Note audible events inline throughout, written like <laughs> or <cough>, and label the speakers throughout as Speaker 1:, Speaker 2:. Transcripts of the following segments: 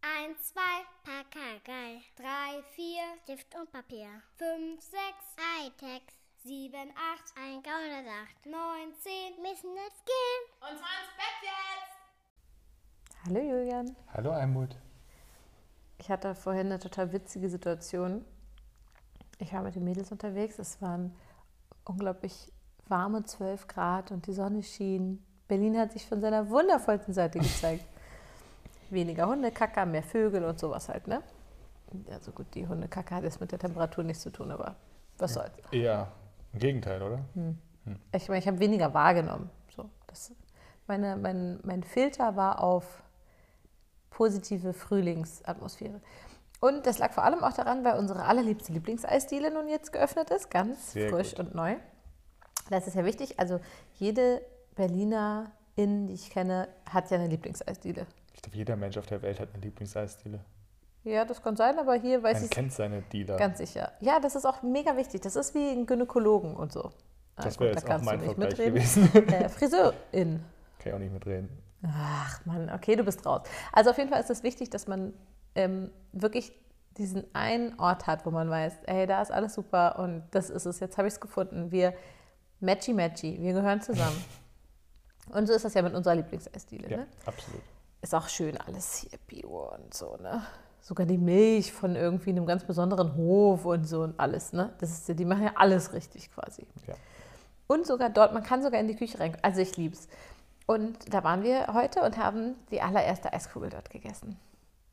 Speaker 1: 1, 2, Pakagei.
Speaker 2: 3, 4,
Speaker 1: Stift und Papier.
Speaker 2: 5, 6,
Speaker 1: Hightech.
Speaker 2: 7, 8,
Speaker 1: Ein Gauderdacht.
Speaker 2: 9, 10.
Speaker 1: Müssen jetzt gehen.
Speaker 3: Und zwar ins Bett jetzt!
Speaker 4: Hallo Julian.
Speaker 5: Hallo Almut.
Speaker 4: Ich hatte vorhin eine total witzige Situation. Ich war mit den Mädels unterwegs. Es waren unglaublich warme 12 Grad und die Sonne schien. Berlin hat sich von seiner wundervollsten Seite gezeigt. Weniger Hundekacker, mehr Vögel und sowas halt, ne? Also gut, die Hundekacker hat jetzt mit der Temperatur nichts zu tun, aber was soll's.
Speaker 5: Eher im Gegenteil, oder?
Speaker 4: Hm. Ich meine, ich habe weniger wahrgenommen. So, das, meine, mein, mein Filter war auf positive Frühlingsatmosphäre. Und das lag vor allem auch daran, weil unsere allerliebste Lieblingseisdiele nun jetzt geöffnet ist, ganz
Speaker 5: Sehr
Speaker 4: frisch
Speaker 5: gut.
Speaker 4: und neu. Das ist ja wichtig. Also jede Berlinerin, die ich kenne, hat ja eine Lieblingseisdiele.
Speaker 5: Ich glaube, jeder Mensch auf der Welt hat eine Lieblingseisdiele.
Speaker 4: Ja, das kann sein, aber hier weiß
Speaker 5: Man
Speaker 4: ich
Speaker 5: kennt seine Dealer.
Speaker 4: ganz sicher. Ja, das ist auch mega wichtig. Das ist wie ein Gynäkologen und so. Ah,
Speaker 5: das
Speaker 4: gut,
Speaker 5: wäre
Speaker 4: da
Speaker 5: jetzt auch
Speaker 4: kannst du
Speaker 5: mein
Speaker 4: nicht
Speaker 5: Vergleich
Speaker 4: mitreden.
Speaker 5: gewesen. <laughs>
Speaker 4: Äh, Friseurin.
Speaker 5: Kann ich auch nicht mitreden.
Speaker 4: Ach Mann, okay, du bist raus. Also auf jeden Fall ist es wichtig, dass man ähm, wirklich diesen einen Ort hat, wo man weiß, ey, da ist alles super und das ist es, jetzt habe ich es gefunden. Wir matchy matchy, wir gehören zusammen. Und so ist das ja mit unserer Lieblingseisdiele.
Speaker 5: Ja,
Speaker 4: Ne?
Speaker 5: absolut.
Speaker 4: Ist auch schön alles hier, Bio und so, ne? Sogar die Milch von irgendwie einem ganz besonderen Hof und so und alles, ne? Das ist, ja- die machen ja alles richtig quasi.
Speaker 5: Ja.
Speaker 4: Und sogar dort, man kann sogar in die Küche rein. Also ich lieb's. Und da waren wir heute und haben die allererste Eiskugel dort gegessen.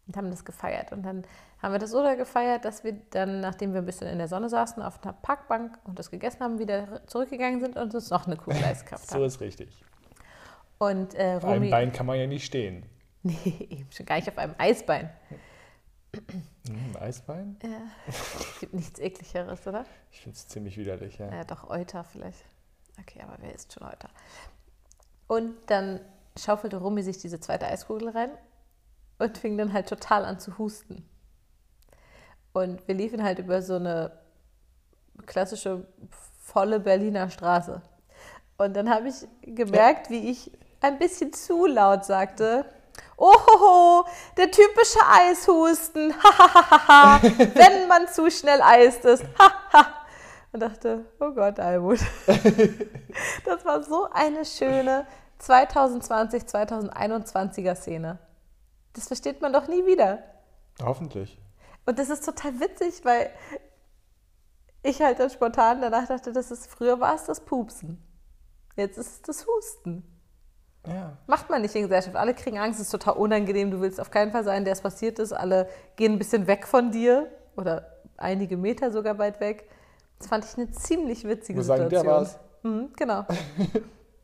Speaker 4: Und haben das gefeiert. Und dann haben wir das so da gefeiert, dass wir dann, nachdem wir ein bisschen in der Sonne saßen, auf einer Parkbank und das gegessen haben, wieder zurückgegangen sind und uns noch eine Kugel Eis gekauft
Speaker 5: <laughs> So
Speaker 4: haben.
Speaker 5: ist richtig.
Speaker 4: Und äh,
Speaker 5: Auf einem
Speaker 4: Romy...
Speaker 5: Bein kann man ja nicht stehen.
Speaker 4: <laughs> Nee, eben schon gar nicht auf einem Eisbein.
Speaker 5: Hm, Eisbein?
Speaker 4: Es gibt nichts ekligeres, oder?
Speaker 5: Ich finde es ziemlich widerlich, ja.
Speaker 4: Ja, Äh, doch Euter vielleicht. Okay, aber wer isst schon Euter? Und dann schaufelte Rumi sich diese zweite Eiskugel rein und fing dann halt total an zu husten. Und wir liefen halt über so eine klassische volle Berliner Straße. Und dann habe ich gemerkt, wie ich ein bisschen zu laut sagte, Ohoho, der typische Eishusten, <laughs> hahaha, wenn man zu schnell eist ist, haha. Und dachte, oh Gott, Almut. <laughs> Das war so eine schöne 2020, 2021er Szene. Das versteht man doch nie wieder.
Speaker 5: Hoffentlich.
Speaker 4: Und das ist total witzig, weil ich halt dann spontan danach dachte, das ist, früher war es das Pupsen. Jetzt ist es das Husten.
Speaker 5: Ja.
Speaker 4: Macht man nicht in Gesellschaft. Alle kriegen Angst, es ist total unangenehm. Du willst auf keinen Fall sein, der es passiert ist. Alle gehen ein bisschen weg von dir oder einige Meter sogar weit weg. Das fand ich eine ziemlich witzige
Speaker 5: Muss sagen, der
Speaker 4: Situation. Mhm, genau.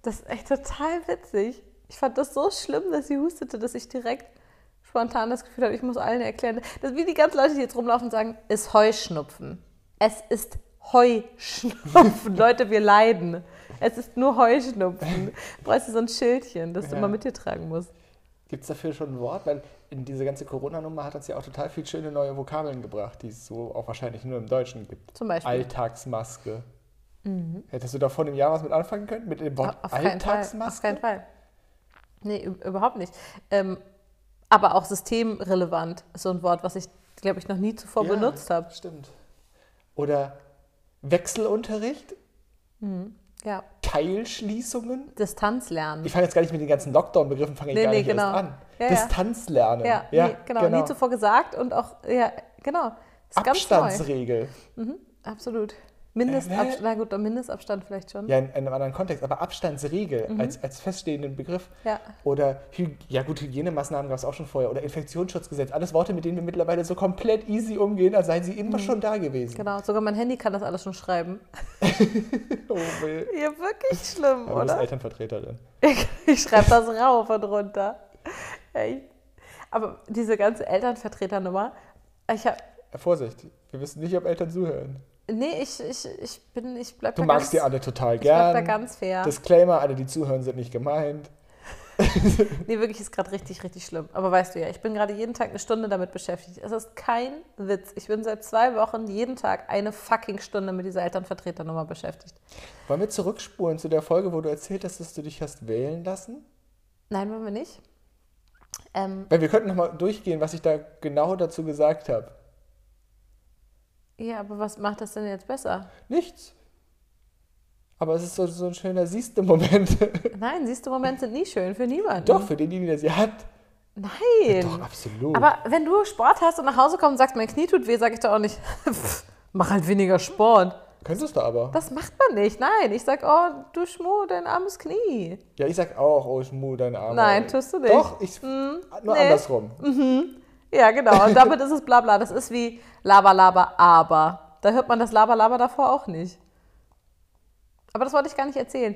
Speaker 4: das ist echt total witzig. Ich fand das so schlimm, dass sie hustete, dass ich direkt spontan das Gefühl habe, ich muss allen erklären. Das ist wie die ganzen Leute, die jetzt rumlaufen und sagen, ist Heuschnupfen. Es ist
Speaker 5: <laughs>
Speaker 4: Heuschnupfen. Leute, wir leiden. Es ist nur Heuschnupfen. Du brauchst so ein Schildchen, das du
Speaker 5: Ja.
Speaker 4: immer mit dir tragen musst.
Speaker 5: Gibt es dafür schon ein Wort? Weil in diese ganze Corona-Nummer hat uns ja auch total viele schöne neue Vokabeln gebracht, die es so auch wahrscheinlich nur im Deutschen gibt.
Speaker 4: Zum Beispiel. Mhm.
Speaker 5: Alltagsmaske. Hättest du da vor einem Jahr was mit anfangen können? Mit dem Wort
Speaker 4: Auf keinen Fall. Auf
Speaker 5: Alltagsmaske?
Speaker 4: keinen Fall. Nee, ü- überhaupt nicht. Ähm, aber auch systemrelevant ist so ein Wort, was ich, glaube ich, noch nie zuvor
Speaker 5: Ja,
Speaker 4: benutzt habe.
Speaker 5: Stimmt. Oder Wechselunterricht,
Speaker 4: Ja.
Speaker 5: Teilschließungen.
Speaker 4: Distanzlernen.
Speaker 5: Ich fange jetzt gar nicht mit den ganzen Lockdown-Begriffen, fange ich
Speaker 4: Nee,
Speaker 5: gar
Speaker 4: nee,
Speaker 5: nicht
Speaker 4: genau.
Speaker 5: erst an.
Speaker 4: Ja, ja.
Speaker 5: Distanzlernen.
Speaker 4: Ja, nie, genau, nie zuvor gesagt und auch, ja, genau. Ist ganz neu.
Speaker 5: Abstandsregel.
Speaker 4: Absolut. Mindestabstand,
Speaker 5: Äh, ne?
Speaker 4: na gut, der Mindestabstand vielleicht schon.
Speaker 5: Ja, in einem anderen Kontext, aber Abstandsregel als, als feststehenden Begriff.
Speaker 4: Mhm. Ja.
Speaker 5: Oder, Hy ja gut, Hygienemaßnahmen gab es auch schon vorher. Oder Infektionsschutzgesetz. Alles Worte, mit denen wir mittlerweile so komplett easy umgehen, als seien sie immer schon da gewesen.
Speaker 4: Mhm. Genau, sogar mein Handy kann das alles schon schreiben.
Speaker 5: Oh, weh.
Speaker 4: <laughs> Ja, wirklich schlimm,
Speaker 5: Aber du bist
Speaker 4: oder?
Speaker 5: Elternvertreterin.
Speaker 4: Ich schreibe das rauf und runter. Echt. Aber diese ganze Elternvertreternummer, ich hab,
Speaker 5: Äh, Vorsicht, wir wissen nicht, ob Eltern zuhören.
Speaker 4: nee, ich, ich, ich bin, ich bleib
Speaker 5: Du
Speaker 4: da
Speaker 5: magst
Speaker 4: ganz,
Speaker 5: die alle total
Speaker 4: Ich bleib
Speaker 5: gern.
Speaker 4: da ganz fair.
Speaker 5: Disclaimer, alle, die zuhören, sind nicht gemeint.
Speaker 4: Nee, wirklich ist gerade richtig, richtig schlimm. Aber weißt du ja, ich bin gerade jeden Tag eine Stunde damit beschäftigt. Es ist kein Witz. Ich bin seit zwei Wochen jeden Tag eine fucking Stunde mit dieser Elternvertreternummer beschäftigt.
Speaker 5: Wollen wir zurückspulen zu der Folge, wo du erzählt hast, dass du dich hast wählen lassen?
Speaker 4: Nein, wollen wir nicht. Ähm,
Speaker 5: Weil wir könnten nochmal durchgehen, was ich da genau dazu gesagt habe.
Speaker 4: ja, aber was macht das denn jetzt besser?
Speaker 5: Nichts. Aber es ist so, so ein schöner Siehste-Moment. <laughs>
Speaker 4: Nein, siehst du, Momente sind nie schön für niemanden.
Speaker 5: Doch, für denjenigen, der sie hat.
Speaker 4: Nein.
Speaker 5: Doch, absolut.
Speaker 4: Aber wenn du Sport hast und nach Hause kommst und sagst, mein Knie tut weh, sage ich doch auch nicht, <laughs> "Pff, mach halt weniger Sport.
Speaker 5: Könntest du aber.
Speaker 4: Das macht man nicht. Nein, ich sag, oh, du Schmu, dein armes Knie.
Speaker 5: Ja, ich sag auch, oh Schmu, dein Arm.
Speaker 4: Nein, tust du nicht. Hm,
Speaker 5: Doch, ich, nur
Speaker 4: nee. Hm.
Speaker 5: andersrum.
Speaker 4: Ja, genau. Und damit ist es bla bla. Das ist wie Laber, Laber, Aber. Da hört man das Laber, Laber davor auch nicht. Aber das wollte ich gar nicht erzählen.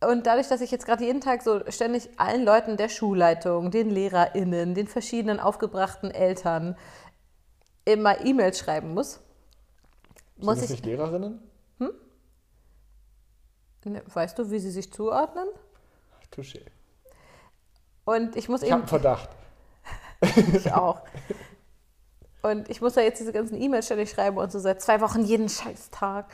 Speaker 4: Und dadurch, dass ich jetzt gerade jeden Tag so ständig allen Leuten der Schulleitung, den LehrerInnen, den verschiedenen aufgebrachten Eltern immer E-Mails schreiben muss, muss
Speaker 5: Sind das
Speaker 4: ich.
Speaker 5: nicht Lehrerinnen?
Speaker 4: Ne, Weißt du, wie sie sich zuordnen?
Speaker 5: Touché.
Speaker 4: Und ich muss
Speaker 5: Ich
Speaker 4: eben.
Speaker 5: habe einen Verdacht.
Speaker 4: Ich auch. Und ich muss da jetzt diese ganzen E-Mails ständig schreiben und so seit zwei Wochen jeden Scheißtag.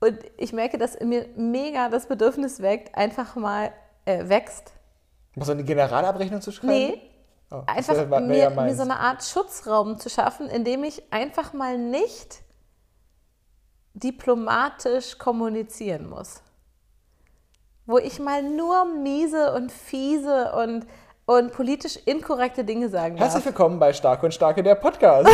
Speaker 4: Und ich merke, dass in mir mega das Bedürfnis weckt, einfach mal äh, wächst.
Speaker 5: Muss man eine Generalabrechnung zu schreiben?
Speaker 4: Nee,
Speaker 5: Oh, das
Speaker 4: einfach
Speaker 5: wär- wär
Speaker 4: mir,
Speaker 5: ja
Speaker 4: mir
Speaker 5: meins.
Speaker 4: so eine Art Schutzraum zu schaffen, in dem ich einfach mal nicht diplomatisch kommunizieren muss. Wo ich mal nur miese und fiese und, und politisch inkorrekte Dinge sagen darf.
Speaker 5: Herzlich willkommen bei Stark und Starke, der
Speaker 4: <laughs>
Speaker 5: Podcast.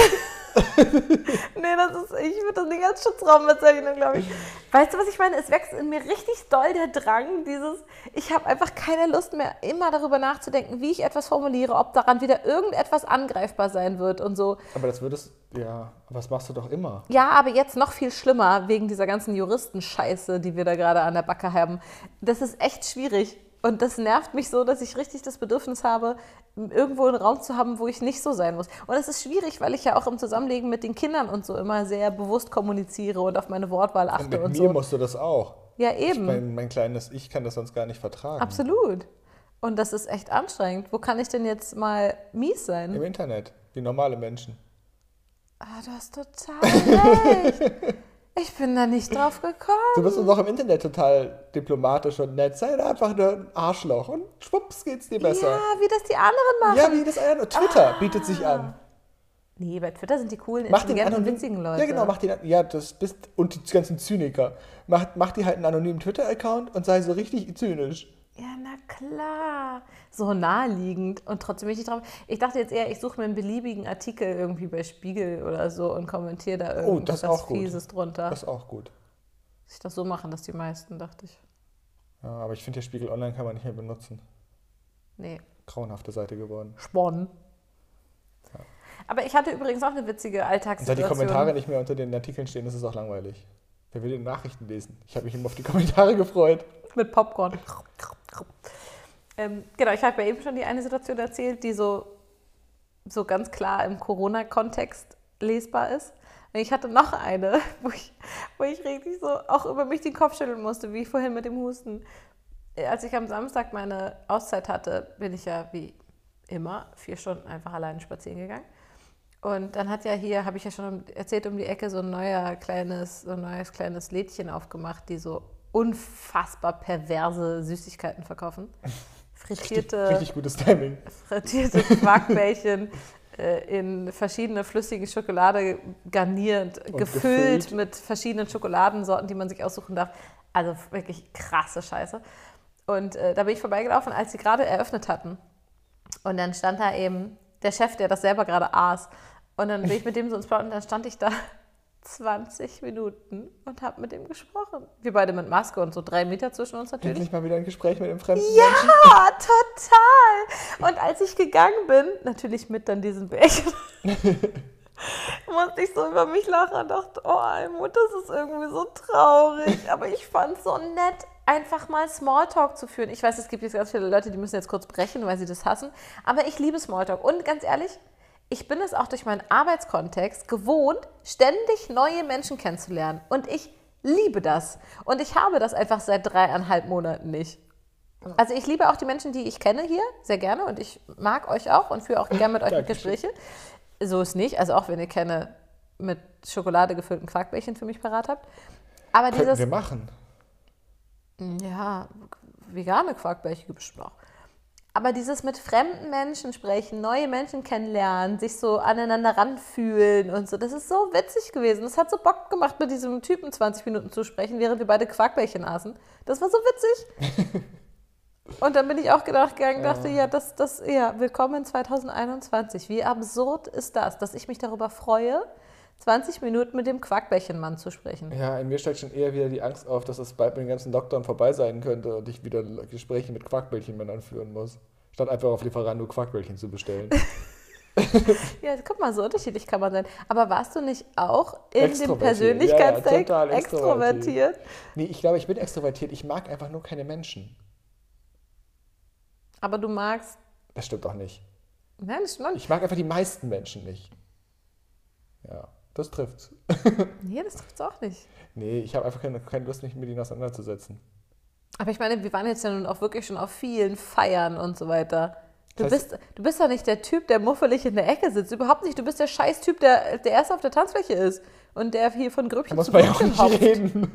Speaker 4: Nee, das ist, ich würde das nicht als Schutzraum bezeichnen, glaube ich. Weißt du, was ich meine? Es wächst in mir richtig doll der Drang, dieses, ich habe einfach keine Lust mehr, immer darüber nachzudenken, wie ich etwas formuliere, ob daran wieder irgendetwas angreifbar sein wird und so.
Speaker 5: aber das würdest, ja, aber das machst du doch immer.
Speaker 4: Ja, aber jetzt noch viel schlimmer, wegen dieser ganzen Juristenscheiße, die wir da gerade an der Backe haben. Das ist echt schwierig. Und das nervt mich so, dass ich richtig das Bedürfnis habe, irgendwo einen Raum zu haben, wo ich nicht so sein muss. Und es ist schwierig, weil ich ja auch im Zusammenleben mit den Kindern und so immer sehr bewusst kommuniziere und auf meine Wortwahl achte
Speaker 5: Und mit
Speaker 4: und,
Speaker 5: mir
Speaker 4: so.
Speaker 5: musst du das auch.
Speaker 4: Ja, eben.
Speaker 5: Mein, mein kleines Ich kann das sonst gar nicht vertragen.
Speaker 4: Absolut. Und das ist echt anstrengend. Wo kann ich denn jetzt mal mies sein?
Speaker 5: Im Internet, wie normale Menschen.
Speaker 4: Ah, du hast total recht.
Speaker 5: <laughs>
Speaker 4: Ich bin da nicht drauf gekommen.
Speaker 5: Du bist uns auch im Internet total diplomatisch und nett. Sei doch einfach nur ein Arschloch und schwupps geht's dir besser.
Speaker 4: Ja, Ah. wie das die anderen machen.
Speaker 5: Ja, wie das eine. Twitter bietet sich an.
Speaker 4: Nee, bei Twitter sind die coolen,
Speaker 5: Mach den
Speaker 4: intelligenten,
Speaker 5: anonym,
Speaker 4: witzigen Leute.
Speaker 5: Ja, genau, mach den. Ja, das bist. Und die ganzen Zyniker. Mach, mach dir halt einen anonymen Twitter-Account und sei so richtig zynisch.
Speaker 4: Ja, na klar. So naheliegend und trotzdem bin ich nicht drauf. Ich dachte jetzt eher, ich suche mir einen beliebigen Artikel irgendwie bei Spiegel oder so und kommentiere da
Speaker 5: Oh,
Speaker 4: irgendwas
Speaker 5: das ist auch gut.
Speaker 4: Fieses drunter.
Speaker 5: Das ist auch gut.
Speaker 4: Dass ich das so machen, dass die meisten, dachte ich.
Speaker 5: Ja, aber ich finde, der Spiegel Online kann man nicht mehr benutzen.
Speaker 4: Nee,
Speaker 5: Grauenhafte Seite geworden.
Speaker 4: Sporn. Aber ich hatte übrigens auch eine witzige
Speaker 5: Und seit die
Speaker 4: Alltagssituation.
Speaker 5: Kommentare nicht mehr unter den Artikeln stehen, ist es auch langweilig. Wer will denn Nachrichten lesen? Ich habe mich immer auf die Kommentare gefreut.
Speaker 4: Mit Popcorn. Ähm, genau, ich habe ja eben schon die eine Situation erzählt, die so, so ganz klar im Corona-Kontext lesbar ist. Und ich hatte noch eine, <laughs> wo ich, wo ich richtig so auch über mich den Kopf schütteln musste, wie vorhin mit dem Husten. Äh, Als ich am Samstag meine Auszeit hatte, bin ich ja wie immer vier Stunden einfach alleine spazieren gegangen. Und dann hat ja hier, habe ich ja schon um- erzählt, um die Ecke so ein neuer kleines, so ein neues kleines Lädchen aufgemacht, die so unfassbar perverse Süßigkeiten verkaufen. Frittierte
Speaker 5: <laughs> Richtig gutes Timing.
Speaker 4: frittierte Quarkbällchen äh, in verschiedene flüssige Schokolade garniert, gefüllt,
Speaker 5: gefüllt.
Speaker 4: mit verschiedenen Schokoladensorten, die man sich aussuchen darf. Also wirklich krasse Scheiße. Und äh, da bin ich vorbeigelaufen, als sie gerade eröffnet hatten. Und dann stand da eben der Chef, der das selber gerade aß. Und dann bin ich mit dem so ins Plaudern und dann stand ich da <laughs> 20 Minuten und habe mit ihm gesprochen. Wir beide mit Maske und so drei Meter zwischen uns natürlich.
Speaker 5: Endlich mal wieder ein Gespräch mit einem fremden Menschen.
Speaker 4: Ja, total. Und als ich gegangen bin, natürlich mit dann diesen Bärchen, musste ich so über mich lachen und dachte, oh Almut, das ist irgendwie so traurig. Aber ich fand es so nett, einfach mal Smalltalk zu führen. Ich weiß, es gibt jetzt ganz viele Leute, die müssen jetzt kurz brechen, weil sie das hassen. Aber ich liebe Smalltalk. Und ganz ehrlich, ich bin es auch durch meinen Arbeitskontext gewohnt, ständig neue Menschen kennenzulernen. Und ich liebe das. Und ich habe das einfach seit dreieinhalb Monaten nicht. Also ich liebe auch die Menschen, die ich kenne hier, sehr gerne und ich mag euch auch und führe
Speaker 5: <laughs>
Speaker 4: auch gerne mit euch
Speaker 5: Dankeschön.
Speaker 4: Gespräche. So ist nicht, also auch wenn ihr keine mit Schokolade gefüllten Quarkbällchen für mich parat habt. Aber
Speaker 5: Könnten wir
Speaker 4: dieses,
Speaker 5: machen.
Speaker 4: ja, vegane Quarkbällchen gibt es schon auch. Aber dieses mit fremden Menschen sprechen, neue Menschen kennenlernen, sich so aneinander ranfühlen und so, das ist so witzig gewesen. Das hat so Bock gemacht, mit diesem Typen 20 Minuten zu sprechen, während wir beide Quarkbällchen aßen. Das war so witzig. und dann bin ich auch gedacht gegangen, dachte, ja, das, das, ja, willkommen 2021. Wie absurd ist das, dass ich mich darüber freue, 20 Minuten mit dem Quarkbällchenmann zu sprechen.
Speaker 5: Ja, in mir steigt schon eher wieder die Angst auf, dass es bald mit den ganzen Doktoren vorbei sein könnte und ich wieder Gespräche mit Quarkbällchenmännern führen muss. Statt einfach auf Lieferando Quarkbällchen zu bestellen. <laughs>
Speaker 4: Ja, guck mal, so unterschiedlich kann man sein. Aber warst du nicht auch in dem
Speaker 5: Extrovertiert, ja, ja,
Speaker 4: Persönlichkeitstest
Speaker 5: total extrovertiert.
Speaker 4: extrovertiert?
Speaker 5: nee, ich glaube, ich bin extrovertiert. Ich mag einfach nur keine Menschen.
Speaker 4: Aber du magst.
Speaker 5: Das stimmt doch nicht.
Speaker 4: Nein, das stimmt noch nicht.
Speaker 5: Ich mag einfach die meisten Menschen nicht. Ja, das trifft's.
Speaker 4: Nee, das trifft es auch nicht.
Speaker 5: Nee, ich habe einfach keine, keine Lust, mich mit ihnen auseinanderzusetzen.
Speaker 4: Aber ich meine, wir waren jetzt ja nun auch wirklich schon auf vielen Feiern und so weiter. Du
Speaker 5: Das heißt-
Speaker 4: bist, du bist doch nicht der Typ, der muffelig in der Ecke sitzt. Überhaupt nicht. Du bist der Scheiß-Typ, der der erste auf der Tanzfläche ist. Und der hier von
Speaker 5: Da
Speaker 4: Grüppchen
Speaker 5: muss
Speaker 4: zu
Speaker 5: man ja auch
Speaker 4: Grüppchen
Speaker 5: nicht
Speaker 4: hoppt.
Speaker 5: reden.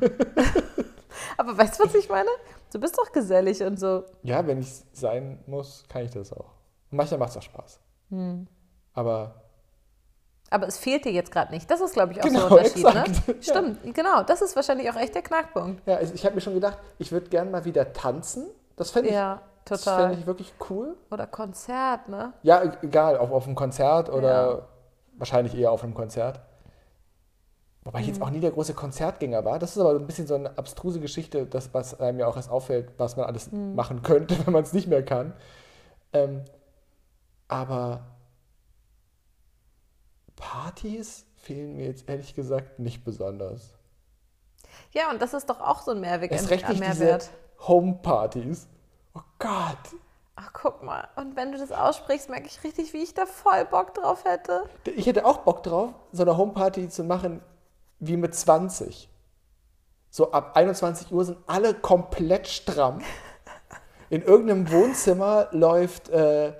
Speaker 4: Aber weißt du, was ich meine? Du bist doch gesellig und so.
Speaker 5: Ja, wenn ich sein muss, kann ich das auch. Und manchmal macht es auch Spaß. Hm. Aber
Speaker 4: Aber es fehlt dir jetzt gerade nicht. Das ist, glaube ich, auch
Speaker 5: Genau,
Speaker 4: so ein Unterschied.
Speaker 5: exakt. <laughs> Ja.
Speaker 4: Ne? Stimmt, genau. Das ist wahrscheinlich auch echt der Knackpunkt.
Speaker 5: ja, also ich, ich habe mir schon gedacht, ich würde gern mal wieder tanzen. Das fände ich,
Speaker 4: Ja,
Speaker 5: das fänd
Speaker 4: total.
Speaker 5: ich wirklich cool.
Speaker 4: Oder Konzert, ne?
Speaker 5: Ja, e- egal, auf, auf einem Konzert oder wahrscheinlich eher auf einem Konzert. Wobei
Speaker 4: Mhm.
Speaker 5: ich jetzt auch nie der große Konzertgänger war. Das ist aber ein bisschen so eine abstruse Geschichte, das, was einem ja auch erst auffällt, was man alles
Speaker 4: Mhm.
Speaker 5: machen könnte, <laughs> wenn man es nicht mehr kann. Ähm, aber Partys fehlen mir jetzt ehrlich gesagt nicht besonders.
Speaker 4: Ja, und das ist doch auch so ein Mehrweg,
Speaker 5: Erst recht nicht diese
Speaker 4: Mehrwert.
Speaker 5: Home-Partys. Oh Gott.
Speaker 4: Ach, guck mal. Und wenn du das aussprichst, merke ich richtig, wie ich da voll Bock drauf hätte.
Speaker 5: Ich hätte auch Bock drauf, so eine Homeparty zu machen wie mit 20. So ab 21 Uhr sind alle komplett stramm. In irgendeinem Wohnzimmer läuft, äh,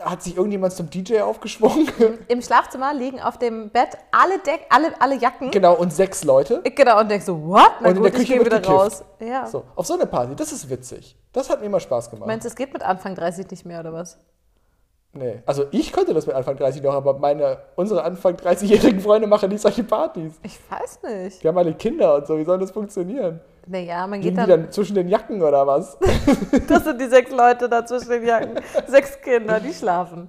Speaker 5: hat sich irgendjemand zum DJ aufgeschwungen. <laughs>
Speaker 4: Im Schlafzimmer liegen auf dem Bett alle Deck, alle, alle Jacken.
Speaker 5: genau, und sechs Leute.
Speaker 4: Ich genau, und denk so, what? Na
Speaker 5: Und in
Speaker 4: gut,
Speaker 5: der Küche
Speaker 4: ich gehe
Speaker 5: wird
Speaker 4: wieder
Speaker 5: gekifft.
Speaker 4: raus. Ja.
Speaker 5: So, auf so eine Party, das ist witzig. Das hat mir immer Spaß gemacht.
Speaker 4: Meinst du, es geht mit Anfang 30 nicht mehr, oder was?
Speaker 5: nee. Also ich könnte das mit Anfang 30 noch, aber meine, unsere Anfang 30-jährigen Freunde machen nicht solche Partys.
Speaker 4: Ich weiß nicht.
Speaker 5: Die haben alle Kinder und so, wie soll das funktionieren?
Speaker 4: Naja, man geht
Speaker 5: Liegen die
Speaker 4: dann,
Speaker 5: dann zwischen den Jacken oder was?
Speaker 4: Das sind die sechs Leute da zwischen den Jacken. sechs Kinder, die schlafen.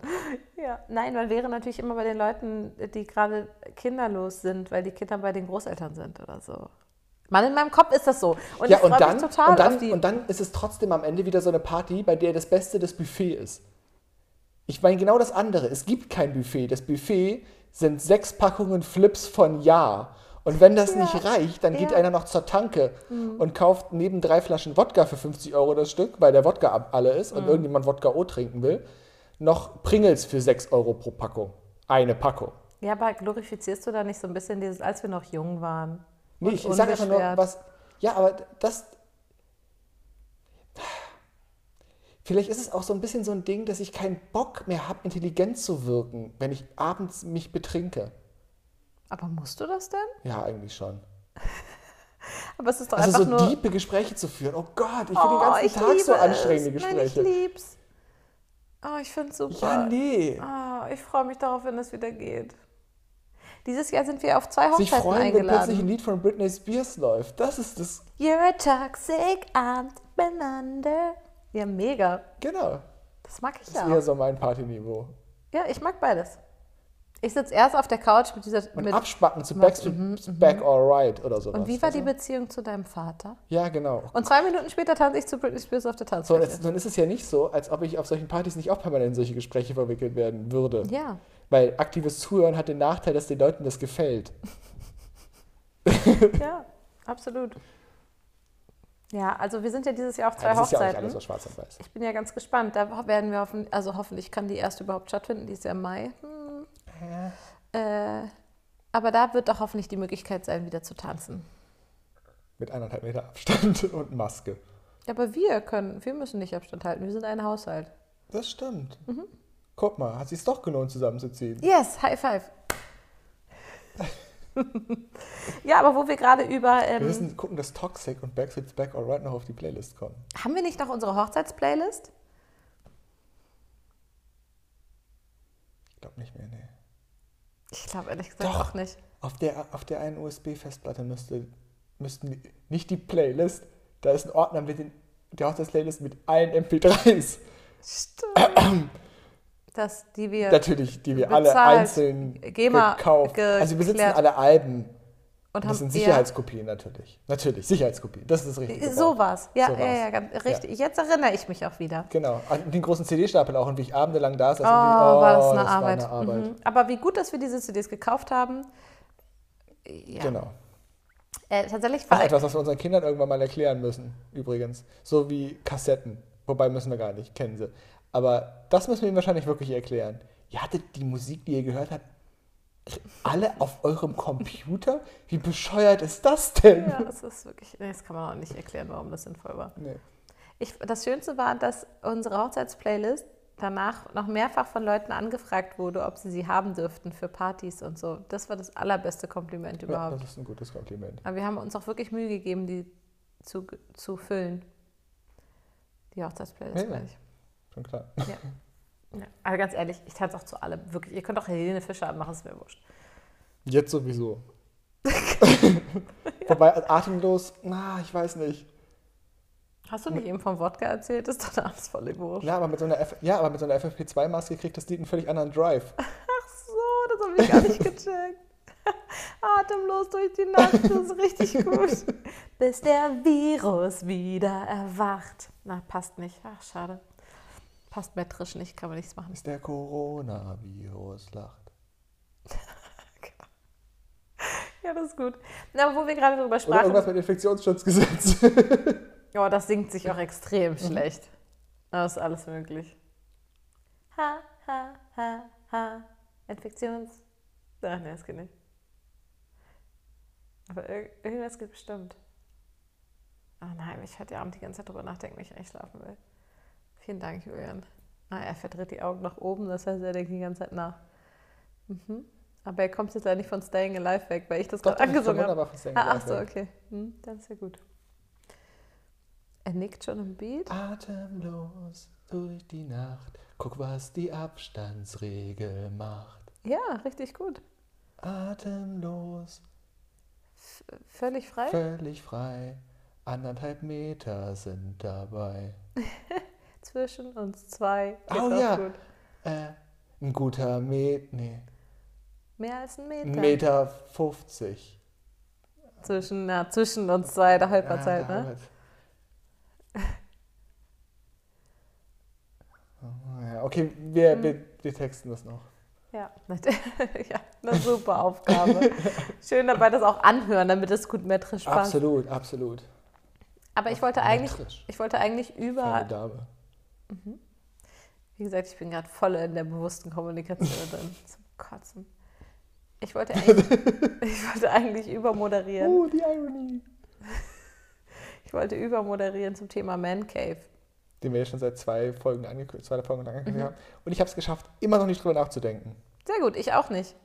Speaker 4: Ja. Nein, man wäre natürlich immer bei den Leuten, die gerade kinderlos sind, weil die Kinder bei den Großeltern sind oder so. Mann, in meinem Kopf ist das so. Und
Speaker 5: ja,
Speaker 4: ich
Speaker 5: und
Speaker 4: freue
Speaker 5: dann,
Speaker 4: mich total
Speaker 5: und, dann,
Speaker 4: auf die.
Speaker 5: und dann ist es trotzdem am Ende wieder so eine Party, bei der das Beste das Buffet ist. Ich meine genau das andere. Es gibt kein Buffet. Das Buffet sind sechs Packungen Flips von Ja. Und wenn das nicht reicht, dann
Speaker 4: Ja.
Speaker 5: geht
Speaker 4: Mhm.
Speaker 5: einer noch zur Tanke und kauft neben drei Flaschen Wodka für 50 Euro das Stück, weil der Wodka ab alle ist
Speaker 4: Mhm.
Speaker 5: und irgendjemand Wodka O trinken will, noch Pringles für 6 Euro pro Packung. Eine Packung.
Speaker 4: ja, aber glorifizierst du da nicht so ein bisschen dieses, als wir noch jung waren?
Speaker 5: Nee,
Speaker 4: und
Speaker 5: ich, ich sage einfach nur,
Speaker 4: unbeschwert?
Speaker 5: was. Ja, aber das. Vielleicht ist es auch so ein bisschen so ein Ding, dass ich keinen Bock mehr habe, intelligent zu wirken, wenn ich abends mich betrinke.
Speaker 4: Aber musst du das denn?
Speaker 5: Ja, eigentlich schon.
Speaker 4: Aber es ist doch
Speaker 5: Also
Speaker 4: einfach
Speaker 5: so
Speaker 4: nur.
Speaker 5: diepe Gespräche zu führen. Oh Gott, ich
Speaker 4: oh,
Speaker 5: finde den
Speaker 4: ich
Speaker 5: ganzen Tag
Speaker 4: liebe
Speaker 5: so anstrengende
Speaker 4: es. Nein, ich
Speaker 5: Gespräche.
Speaker 4: lieb's. Oh, ich find's super.
Speaker 5: Ja, nee.
Speaker 4: Ah, ich freue mich darauf, wenn es wieder geht. Dieses Jahr sind wir auf zwei
Speaker 5: Sich
Speaker 4: Hochzeiten
Speaker 5: freuen, wenn plötzlich ein
Speaker 4: eingeladen.
Speaker 5: Lied von Britney Spears läuft. Das ist das.
Speaker 4: You're a toxic aunt beieinander. Ja, mega.
Speaker 5: Genau.
Speaker 4: Das mag ich
Speaker 5: Das
Speaker 4: ja
Speaker 5: ist eher
Speaker 4: auch.
Speaker 5: so mein Partyniveau.
Speaker 4: Ja, ich mag beides. Ich sitze erst auf der Couch mit dieser...
Speaker 5: Und
Speaker 4: mit, mhm,
Speaker 5: abspacken zu Backstreet Back Alright oder sowas.
Speaker 4: und wie war die
Speaker 5: Also-
Speaker 4: Beziehung zu deinem Vater?
Speaker 5: Ja, genau.
Speaker 4: Und zwei Minuten später tanze ich zu Britney Spears auf der
Speaker 5: So, und
Speaker 4: Tanzfläche.
Speaker 5: jetzt, nun ist es ja nicht so, als ob ich auf solchen Partys nicht auch permanent in solche Gespräche verwickelt werden würde.
Speaker 4: ja.
Speaker 5: Weil aktives Zuhören hat den Nachteil, dass den Leuten das gefällt.
Speaker 4: Ja, absolut. Ja, also wir sind ja dieses Jahr auf zwei
Speaker 5: Ja, das ist ja auch nicht
Speaker 4: Hochzeiten.
Speaker 5: alles so schwarz und weiß.
Speaker 4: ich bin ja ganz gespannt. Da ho- werden wir hoffen, also hoffentlich kann die erst überhaupt stattfinden, die ist ja im Mai. Hm. Äh, aber da wird doch hoffentlich die Möglichkeit sein, wieder zu tanzen.
Speaker 5: Mit anderthalb Meter Abstand <laughs> und Maske.
Speaker 4: Aber wir können, wir müssen nicht Abstand halten, wir sind ein Haushalt.
Speaker 5: Das stimmt.
Speaker 4: Mhm.
Speaker 5: Guck mal, hat sich's doch gelohnt, zusammenzuziehen.
Speaker 4: Yes, High
Speaker 5: <laughs>
Speaker 4: Five. ja, aber wo wir gerade über,
Speaker 5: Wir
Speaker 4: ähm,
Speaker 5: müssen gucken, dass Toxic und Backstreet's Back Alright noch auf die Playlist kommen.
Speaker 4: haben wir nicht noch unsere Hochzeitsplaylist?
Speaker 5: glaube nicht mehr, nee.
Speaker 4: Ich glaube ehrlich gesagt
Speaker 5: Doch.
Speaker 4: auch nicht.
Speaker 5: Auf der, auf der einen USB-Festplatte müsste, müssten die, nicht die Playlist, da ist ein Ordner mit den, der Hochzeits-Playlist mit allen MP3s.
Speaker 4: Stimmt. Dass die wir.
Speaker 5: Natürlich, die wir alle
Speaker 4: äh, Bezahlt.
Speaker 5: einzeln
Speaker 4: GEMA
Speaker 5: gekauft.
Speaker 4: geklärt.
Speaker 5: also wir besitzen alle Alben.
Speaker 4: und
Speaker 5: Das sind
Speaker 4: eher-
Speaker 5: Sicherheitskopien natürlich. Natürlich, Sicherheitskopien. Das ist das richtige
Speaker 4: So
Speaker 5: Wort.
Speaker 4: war's. Äh, Ja,
Speaker 5: So
Speaker 4: ja,
Speaker 5: war's.
Speaker 4: ja, ganz richtig. Jetzt erinnere ich mich auch wieder.
Speaker 5: Genau. An den großen CD-Stapel auch und wie ich abendelang da saß.
Speaker 4: Oh,
Speaker 5: und denk,
Speaker 4: war das eine
Speaker 5: war
Speaker 4: Arbeit.
Speaker 5: eine Arbeit.
Speaker 4: Mhm. Aber wie gut, dass wir diese CDs gekauft haben. Ja.
Speaker 5: Genau.
Speaker 4: Äh, tatsächlich
Speaker 5: Auch
Speaker 4: war
Speaker 5: etwas, was wir unseren Kindern irgendwann mal erklären müssen, übrigens. So wie Kassetten. Wobei müssen wir gar nicht, kennen sie. Aber das müssen wir ihnen wahrscheinlich wirklich erklären. Ihr hattet die Musik, die ihr gehört habt, alle auf eurem Computer? Wie bescheuert ist das denn?
Speaker 4: Ja, das ist wirklich, nee, das kann man auch nicht erklären, warum das sinnvoll war.
Speaker 5: Nee.
Speaker 4: Ich, das Schönste war, dass unsere Hochzeitsplaylist danach noch mehrfach von Leuten angefragt wurde, ob sie sie haben dürften für Partys und so. Das war das allerbeste Kompliment
Speaker 5: Ja,
Speaker 4: überhaupt.
Speaker 5: das ist ein gutes Kompliment.
Speaker 4: Aber wir haben uns auch wirklich Mühe gegeben, die zu, zu füllen. Die Hochzeitsplaylist.
Speaker 5: Ja.
Speaker 4: meine ich.
Speaker 5: Schon klar.
Speaker 4: Ja. Aber ganz ehrlich, ich tanze auch zu allem. Wirklich, ihr könnt auch Helene Fischer machen, ist mir wurscht.
Speaker 5: Jetzt sowieso.
Speaker 4: <laughs>
Speaker 5: Wobei atemlos, na, ich weiß nicht.
Speaker 4: Hast du nicht eben vom Wodka erzählt? Das ist doch alles voll wurscht.
Speaker 5: Ja, aber mit so einer, F ja, aber mit so einer FFP2-Maske kriegt das Lied einen völlig anderen Drive.
Speaker 4: Ach so, das habe ich gar nicht gecheckt. <laughs> Atemlos durch die Nacht, das ist richtig gut. <laughs> Bis der Virus wieder erwacht. Na, passt nicht. Ach, schade. Passt metrisch nicht, kann man nichts machen.
Speaker 5: Ist der Coronavirus lacht.
Speaker 4: Ja, das ist gut. Na, aber wo wir gerade drüber
Speaker 5: Oder irgendwas
Speaker 4: sprachen. <laughs>
Speaker 5: mit Infektionsschutzgesetz.
Speaker 4: Oh, das singt sich auch extrem schlecht. Da ist alles möglich. Ha, ha, ha, ha. Infektions. Ach, nee, das geht nicht. Aber ir irgendwas geht bestimmt. Ach nein, ich heute Abend die ganze Zeit drüber nachdenken, wenn ich eigentlich schlafen will. Vielen Dank, Julian. Ah, er verdreht die Augen nach oben, das heißt, er denkt die ganze Zeit nach. Mhm. Aber er kommt jetzt leider nicht von Staying Alive weg, weil ich das gerade angesungen habe.
Speaker 5: wunderbar von Staying
Speaker 4: Ah,
Speaker 5: Alive
Speaker 4: ach so,
Speaker 5: weg.
Speaker 4: okay. Hm, dann ist ja gut. Er nickt schon im Beat.
Speaker 5: Atemlos durch die Nacht. Guck, was die Abstandsregel macht.
Speaker 4: Ja, richtig gut.
Speaker 5: Atemlos,
Speaker 4: Völlig frei.
Speaker 5: völlig frei. Anderthalb Meter sind dabei.
Speaker 4: Zwischen uns zwei. Geht
Speaker 5: Oh
Speaker 4: auch
Speaker 5: ja.
Speaker 4: gut.
Speaker 5: Äh, ein guter Met. Nee.
Speaker 4: Mehr als ein Meter.
Speaker 5: Meter 50.
Speaker 4: Zwischen, na, zwischen uns zwei, da hält man
Speaker 5: Ah,
Speaker 4: Zeit,
Speaker 5: da
Speaker 4: ne?
Speaker 5: wird's. Oh, <laughs> ja, Okay, wir,
Speaker 4: Mhm.
Speaker 5: wir, wir texten das noch.
Speaker 4: Ja. <laughs> ja, eine super Aufgabe. Schön dabei das auch anhören, damit es gut metrisch passt.
Speaker 5: Absolut, absolut.
Speaker 4: Aber ich wollte eigentlich,
Speaker 5: Metrisch.
Speaker 4: ich wollte eigentlich
Speaker 5: Feine
Speaker 4: über,
Speaker 5: Dame.
Speaker 4: wie gesagt, ich bin gerade voll in der bewussten Kommunikation drin. Zum Kotzen. Ich wollte eigentlich, ich wollte eigentlich übermoderieren.
Speaker 5: Oh, die Irony.
Speaker 4: Ich wollte übermoderieren zum Thema Man Cave.
Speaker 5: Den wir ja schon seit zwei Folgen angekündigt, zwei Folgen lang angekündigt
Speaker 4: Mhm.
Speaker 5: haben. Und ich habe es geschafft, immer noch nicht drüber nachzudenken.
Speaker 4: Sehr gut, ich auch nicht.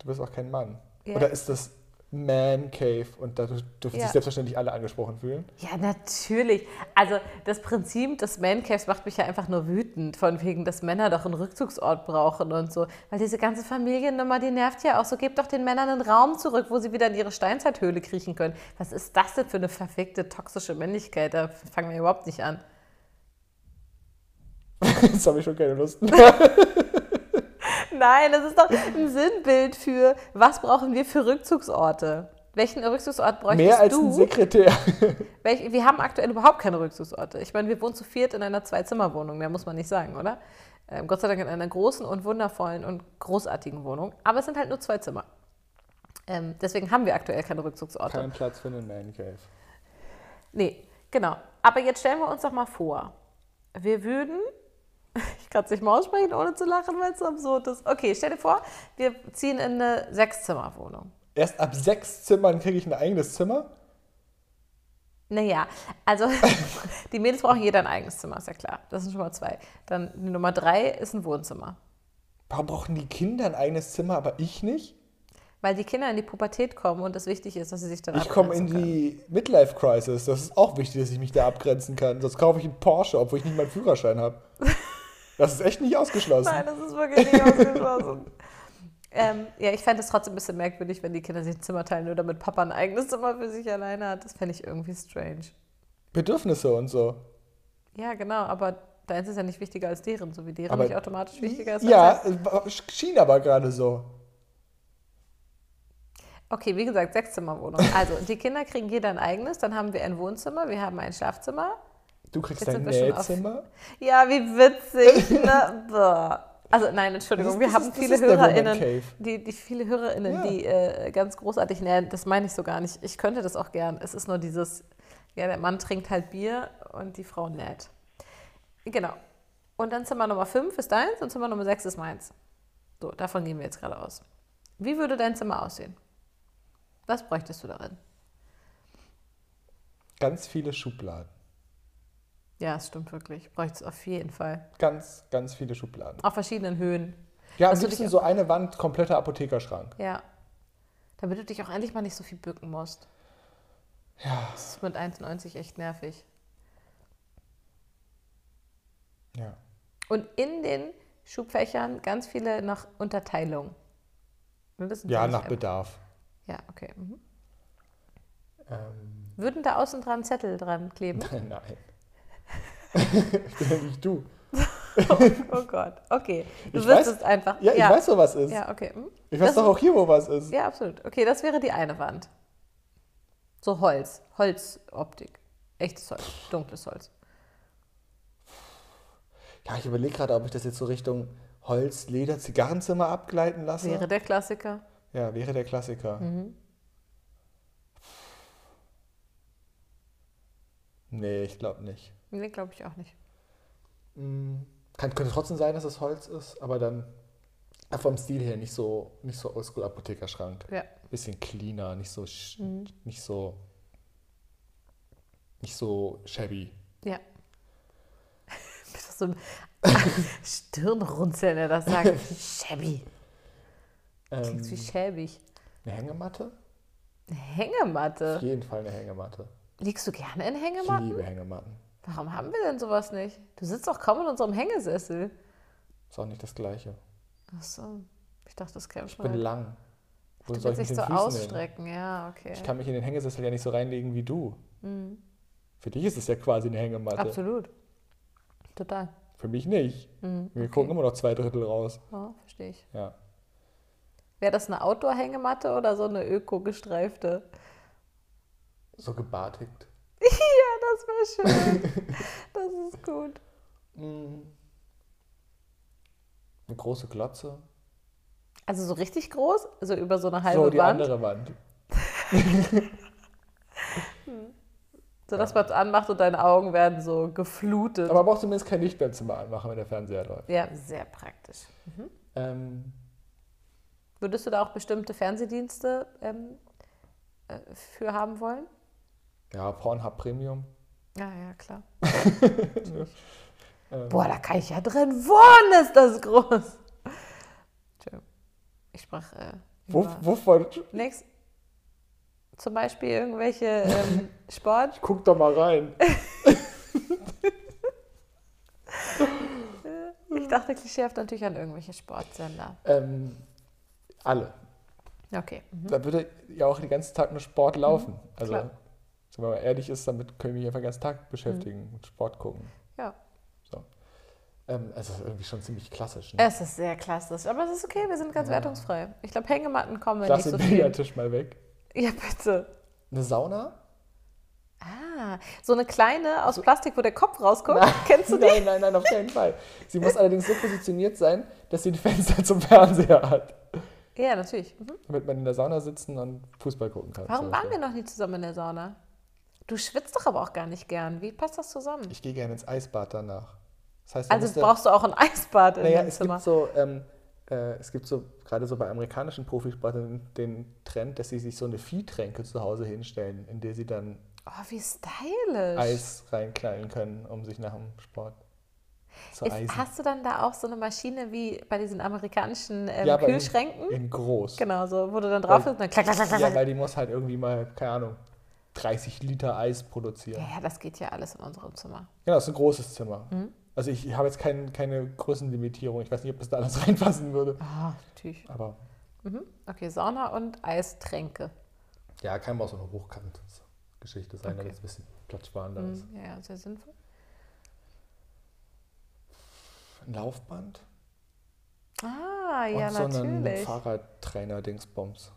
Speaker 5: Du bist auch kein Mann.
Speaker 4: Ja.
Speaker 5: Oder ist das Man Cave und da dürfen sich
Speaker 4: Ja.
Speaker 5: selbstverständlich alle angesprochen fühlen? <laughs>
Speaker 4: Ja, natürlich. Also das Prinzip des Man Caves macht mich ja einfach nur wütend, von wegen, dass Männer doch einen Rückzugsort brauchen und so. Weil diese ganze Familiennummer, die nervt ja auch so. Gebt doch den Männern einen Raum zurück, wo sie wieder in ihre Steinzeithöhle kriechen können. Was ist das denn für eine verfickte, toxische Männlichkeit? Da fangen wir überhaupt nicht an.
Speaker 5: Jetzt habe ich schon keine Lust mehr.
Speaker 4: Nein, das ist doch ein Sinnbild für, was brauchen wir für Rückzugsorte? Welchen Rückzugsort bräuchtest
Speaker 5: Mehr als
Speaker 4: du?
Speaker 5: ein Sekretär. <laughs>
Speaker 4: Welch, wir haben aktuell überhaupt keine Rückzugsorte. Ich meine, wir wohnen zu viert in einer Zwei-Zimmer-Wohnung, mehr muss man nicht sagen, oder? Ähm, Gott sei Dank in einer großen und wundervollen und großartigen Wohnung. Aber es sind halt nur zwei Zimmer. Ähm, deswegen haben wir aktuell keine Rückzugsorte.
Speaker 5: Kein Platz für einen Man Cave.
Speaker 4: Nee, genau. Aber jetzt stellen wir uns doch mal vor, wir würden, <laughs> ich kann es nicht mal aussprechen, ohne zu lachen, weil es so absurd ist. Okay, stell dir vor, wir ziehen in eine Sechszimmerwohnung.
Speaker 5: Erst ab sechs Zimmern kriege ich ein eigenes Zimmer?
Speaker 4: Naja, also <laughs> die Mädels brauchen jeder ein eigenes Zimmer, ist ja klar. Das sind schon mal zwei. Dann die Nummer drei ist ein Wohnzimmer.
Speaker 5: Warum brauchen die Kinder ein eigenes Zimmer, aber ich nicht?
Speaker 4: Weil die Kinder in die Pubertät kommen und es wichtig ist, dass sie sich dann
Speaker 5: Ich komme in
Speaker 4: abgrenzen können.
Speaker 5: die
Speaker 4: <laughs>
Speaker 5: Midlife-Crisis. Das ist auch wichtig, dass ich mich da abgrenzen kann. Sonst kaufe ich einen Porsche, obwohl ich nicht mal einen Führerschein habe. Das ist echt nicht ausgeschlossen.
Speaker 4: Nein, das ist wirklich nicht
Speaker 5: <laughs>
Speaker 4: ausgeschlossen. ähm, ja, ich fände es trotzdem ein bisschen merkwürdig, wenn die Kinder sich ein Zimmer teilen, nur damit Papa ein eigenes Zimmer für sich alleine hat. Das fände ich irgendwie strange.
Speaker 5: Bedürfnisse und so.
Speaker 4: Ja, genau, aber deins ist ja nicht wichtiger als deren, so wie deren
Speaker 5: Aber-
Speaker 4: nicht automatisch wichtiger ist als
Speaker 5: ja,
Speaker 4: deins.
Speaker 5: äh, schien aber gerade so.
Speaker 4: Okay, wie gesagt, Sechszimmerwohnung. Also, die Kinder kriegen jeder ein eigenes, dann haben wir ein Wohnzimmer, wir haben ein Schlafzimmer.
Speaker 5: Du kriegst
Speaker 4: Jetzt
Speaker 5: dein
Speaker 4: sind wir schon auf-
Speaker 5: Nähzimmer.
Speaker 4: Ja, wie witzig,
Speaker 5: <laughs>
Speaker 4: ne? Boah. Also nein, Entschuldigung,
Speaker 5: Das ist-
Speaker 4: wir
Speaker 5: das
Speaker 4: haben
Speaker 5: ist- das
Speaker 4: viele
Speaker 5: ist der Woman
Speaker 4: HörerInnen,
Speaker 5: Cave.
Speaker 4: die, die viele HörerInnen,
Speaker 5: Ja.
Speaker 4: die äh, ganz großartig, nein, das meine ich so gar nicht. Ich könnte das auch gern. Es ist nur dieses, ja, der Mann trinkt halt Bier und die Frau näht. Genau. Und dann Zimmer Nummer 5 ist deins und Zimmer Nummer 6 ist meins. So, davon gehen wir jetzt gerade aus. Wie würde dein Zimmer aussehen? Was bräuchtest du darin?
Speaker 5: Ganz viele Schubladen.
Speaker 4: Ja, es stimmt wirklich. Bräuchte es auf jeden Fall.
Speaker 5: Ganz, ganz viele Schubladen.
Speaker 4: Auf verschiedenen Höhen.
Speaker 5: Ja, am
Speaker 4: Dass du
Speaker 5: liebsten
Speaker 4: dich-
Speaker 5: so eine Wand, kompletter Apothekerschrank.
Speaker 4: Ja. Damit du dich auch endlich mal nicht so viel bücken musst. Ja. Das ist mit 1,90 echt nervig.
Speaker 5: Ja.
Speaker 4: Und in den Schubfächern ganz viele nach Unterteilung. Ne, das sind
Speaker 5: Ja,
Speaker 4: nicht
Speaker 5: nach
Speaker 4: ein-
Speaker 5: Bedarf.
Speaker 4: Ja, okay. Mhm.
Speaker 5: Ähm, <laughs>
Speaker 4: Würden da außen dran Zettel dran kleben?
Speaker 5: nein. ich bin ja nicht du.
Speaker 4: oh Gott. Okay. Du
Speaker 5: Ich
Speaker 4: wirst
Speaker 5: weiß-
Speaker 4: es einfach.
Speaker 5: Ja, ich weiß, wo was ist.
Speaker 4: Ja, okay. mhm.
Speaker 5: Ich weiß
Speaker 4: Das-
Speaker 5: doch auch hier, wo was ist.
Speaker 4: Ja, absolut. Okay, das wäre die eine Wand. So Holz. Holzoptik. Echtes Holz. Dunkles Holz.
Speaker 5: Ja, ich überlege gerade, ob ich das jetzt so Richtung Holz, Leder, Zigarrenzimmer abgleiten lasse.
Speaker 4: Wäre Mhm. der Klassiker.
Speaker 5: ja, wäre der Klassiker. Nee, ich glaube nicht.
Speaker 4: Nee, glaube ich auch nicht.
Speaker 5: Mm, Kann, könnte trotzdem sein, dass es Holz ist, aber dann ja, vom Stil her nicht so, nicht so Oldschool-Apothekerschrank.
Speaker 4: Ja. Mhm.
Speaker 5: Bisschen cleaner, nicht so, sch- nicht so, nicht so shabby.
Speaker 4: Ja. <laughs> Mit so einem <laughs> Stirnrunzeln, der das sagt.
Speaker 5: <laughs>
Speaker 4: Shabby. Klingt wie
Speaker 5: Ähm,
Speaker 4: schäbig.
Speaker 5: eine Hängematte?
Speaker 4: Eine
Speaker 5: Auf
Speaker 4: Hängematte.
Speaker 5: jeden Fall eine Hängematte.
Speaker 4: Liegst du gerne in
Speaker 5: Ich
Speaker 4: Hängematten?
Speaker 5: liebe Hängematten.
Speaker 4: Warum haben wir denn sowas nicht? Du sitzt doch kaum in unserem Hängesessel.
Speaker 5: Ist auch nicht das Gleiche.
Speaker 4: Ach so. Ich dachte, das käme
Speaker 5: Ich
Speaker 4: schon.
Speaker 5: bin
Speaker 4: rein.
Speaker 5: lang. Wo
Speaker 4: Du
Speaker 5: soll
Speaker 4: willst
Speaker 5: ich
Speaker 4: dich
Speaker 5: mit
Speaker 4: so
Speaker 5: den Füßen hin?
Speaker 4: ausstrecken. Ja, okay.
Speaker 5: Ich kann mich in den Hängesessel ja nicht so reinlegen wie du. Für dich ist es ja quasi eine Hängematte.
Speaker 4: Mhm. Absolut. Total.
Speaker 5: Für mich nicht.
Speaker 4: Mhm.
Speaker 5: Wir gucken immer noch zwei Drittel raus.
Speaker 4: Ja, verstehe ich.
Speaker 5: Ja.
Speaker 4: Wäre das eine Outdoor-Hängematte oder so eine öko-gestreifte? <laughs>
Speaker 5: So gebartigt.
Speaker 4: ja, das wäre schön.
Speaker 5: <laughs>
Speaker 4: das ist gut.
Speaker 5: Eine große Glotze.
Speaker 4: Also so richtig groß? So über so eine halbe
Speaker 5: so, die
Speaker 4: Wand?
Speaker 5: andere Wand.
Speaker 4: So dass man es anmacht und deine Augen werden so geflutet.
Speaker 5: Aber man braucht zumindest kein Licht beim Zimmer anmachen, wenn der Fernseher läuft.
Speaker 4: ja, sehr praktisch.
Speaker 5: Ähm,
Speaker 4: Würdest du da auch bestimmte Fernsehdienste ähm, äh, für haben wollen?
Speaker 5: ja, Pornhub Premium.
Speaker 4: Ja, ja,
Speaker 5: <laughs>
Speaker 4: klar.
Speaker 5: Ähm,
Speaker 4: Boah, da kann ich ja drin wohnen, ist das groß. Tschö. Ich sprach äh,
Speaker 5: Wo,
Speaker 4: über
Speaker 5: wovon?
Speaker 4: nix. Zum Beispiel irgendwelche
Speaker 5: <laughs>
Speaker 4: ähm, Sport.
Speaker 5: Guck doch mal rein. Hm.
Speaker 4: Ich dachte, klischeehaft natürlich an irgendwelche Sportsender.
Speaker 5: Ähm, alle.
Speaker 4: Okay. Mhm.
Speaker 5: Da würde ja auch den ganzen Tag nur Sport laufen. Also,
Speaker 4: klar. Mhm.
Speaker 5: wenn man mal ehrlich ist, damit können wir mich einfach den ganzen Tag beschäftigen und Sport gucken.
Speaker 4: Ja.
Speaker 5: So. Ähm, also, das ist irgendwie schon ziemlich klassisch. Ne?
Speaker 4: Es ist sehr klassisch, aber es ist okay, wir sind ganz wertungsfrei. Ich glaube, Hängematten kommen
Speaker 5: Lass
Speaker 4: nicht so
Speaker 5: den
Speaker 4: viel.
Speaker 5: Billardtisch mal weg.
Speaker 4: <laughs> Ja, bitte.
Speaker 5: Eine Sauna?
Speaker 4: Ah, so eine kleine aus Plastik, wo der Kopf rausguckt. <laughs> Kennst du die?
Speaker 5: Nein, nein, nein, auf keinen Fall. Sie muss allerdings so positioniert sein, dass sie ein Fenster <laughs> zum Fernseher hat.
Speaker 4: Ja, natürlich. Mhm.
Speaker 5: Damit man in der Sauna sitzen und Fußball gucken kann.
Speaker 4: Warum waren wir noch nie zusammen in der Sauna? Du schwitzt doch aber auch gar nicht gern. Wie passt das zusammen?
Speaker 5: Ich gehe gerne ins Eisbad danach. Das heißt, man
Speaker 4: Also
Speaker 5: müsste-
Speaker 4: brauchst du auch ein Eisbad in
Speaker 5: naja,
Speaker 4: deinem
Speaker 5: es
Speaker 4: Zimmer.
Speaker 5: gibt so, ähm, äh, es gibt so, gerade so bei amerikanischen Profisportlern den Trend, dass sie sich so eine Viehtränke zu Hause hinstellen, in der sie dann
Speaker 4: oh, wie stylisch.
Speaker 5: Eis reinknallen können, um sich nach dem Sport zu
Speaker 4: Ist,
Speaker 5: eisen.
Speaker 4: hast du dann da auch so eine Maschine wie bei diesen amerikanischen ähm,
Speaker 5: Ja, aber in-
Speaker 4: Kühlschränken?
Speaker 5: In groß.
Speaker 4: Genau, so, wo du dann drauf
Speaker 5: Weil-
Speaker 4: bist und dann klack, klack, klack, klack.
Speaker 5: Ja, weil die muss halt irgendwie mal, keine Ahnung, 30 Liter Eis produzieren.
Speaker 4: Ja, ja, das geht ja alles in unserem Zimmer. Mhm.
Speaker 5: Genau, es ist ein großes Zimmer. Also ich habe jetzt kein, keine Größenlimitierung. Ich weiß nicht, ob das da alles <laughs> reinpassen würde.
Speaker 4: Ah, natürlich.
Speaker 5: Aber
Speaker 4: Mhm. Okay, Sauna und Eistränke.
Speaker 5: ja, kann man auch so eine Hochkant-Geschichte sein,
Speaker 4: Okay.
Speaker 5: damit es ein bisschen platzsparender ist.
Speaker 4: Mhm. Ja, ja, sehr sinnvoll.
Speaker 5: Ein Laufband
Speaker 4: Ah, ja,
Speaker 5: und so ein
Speaker 4: natürlich.
Speaker 5: Fahrradtrainer-Dingsbums.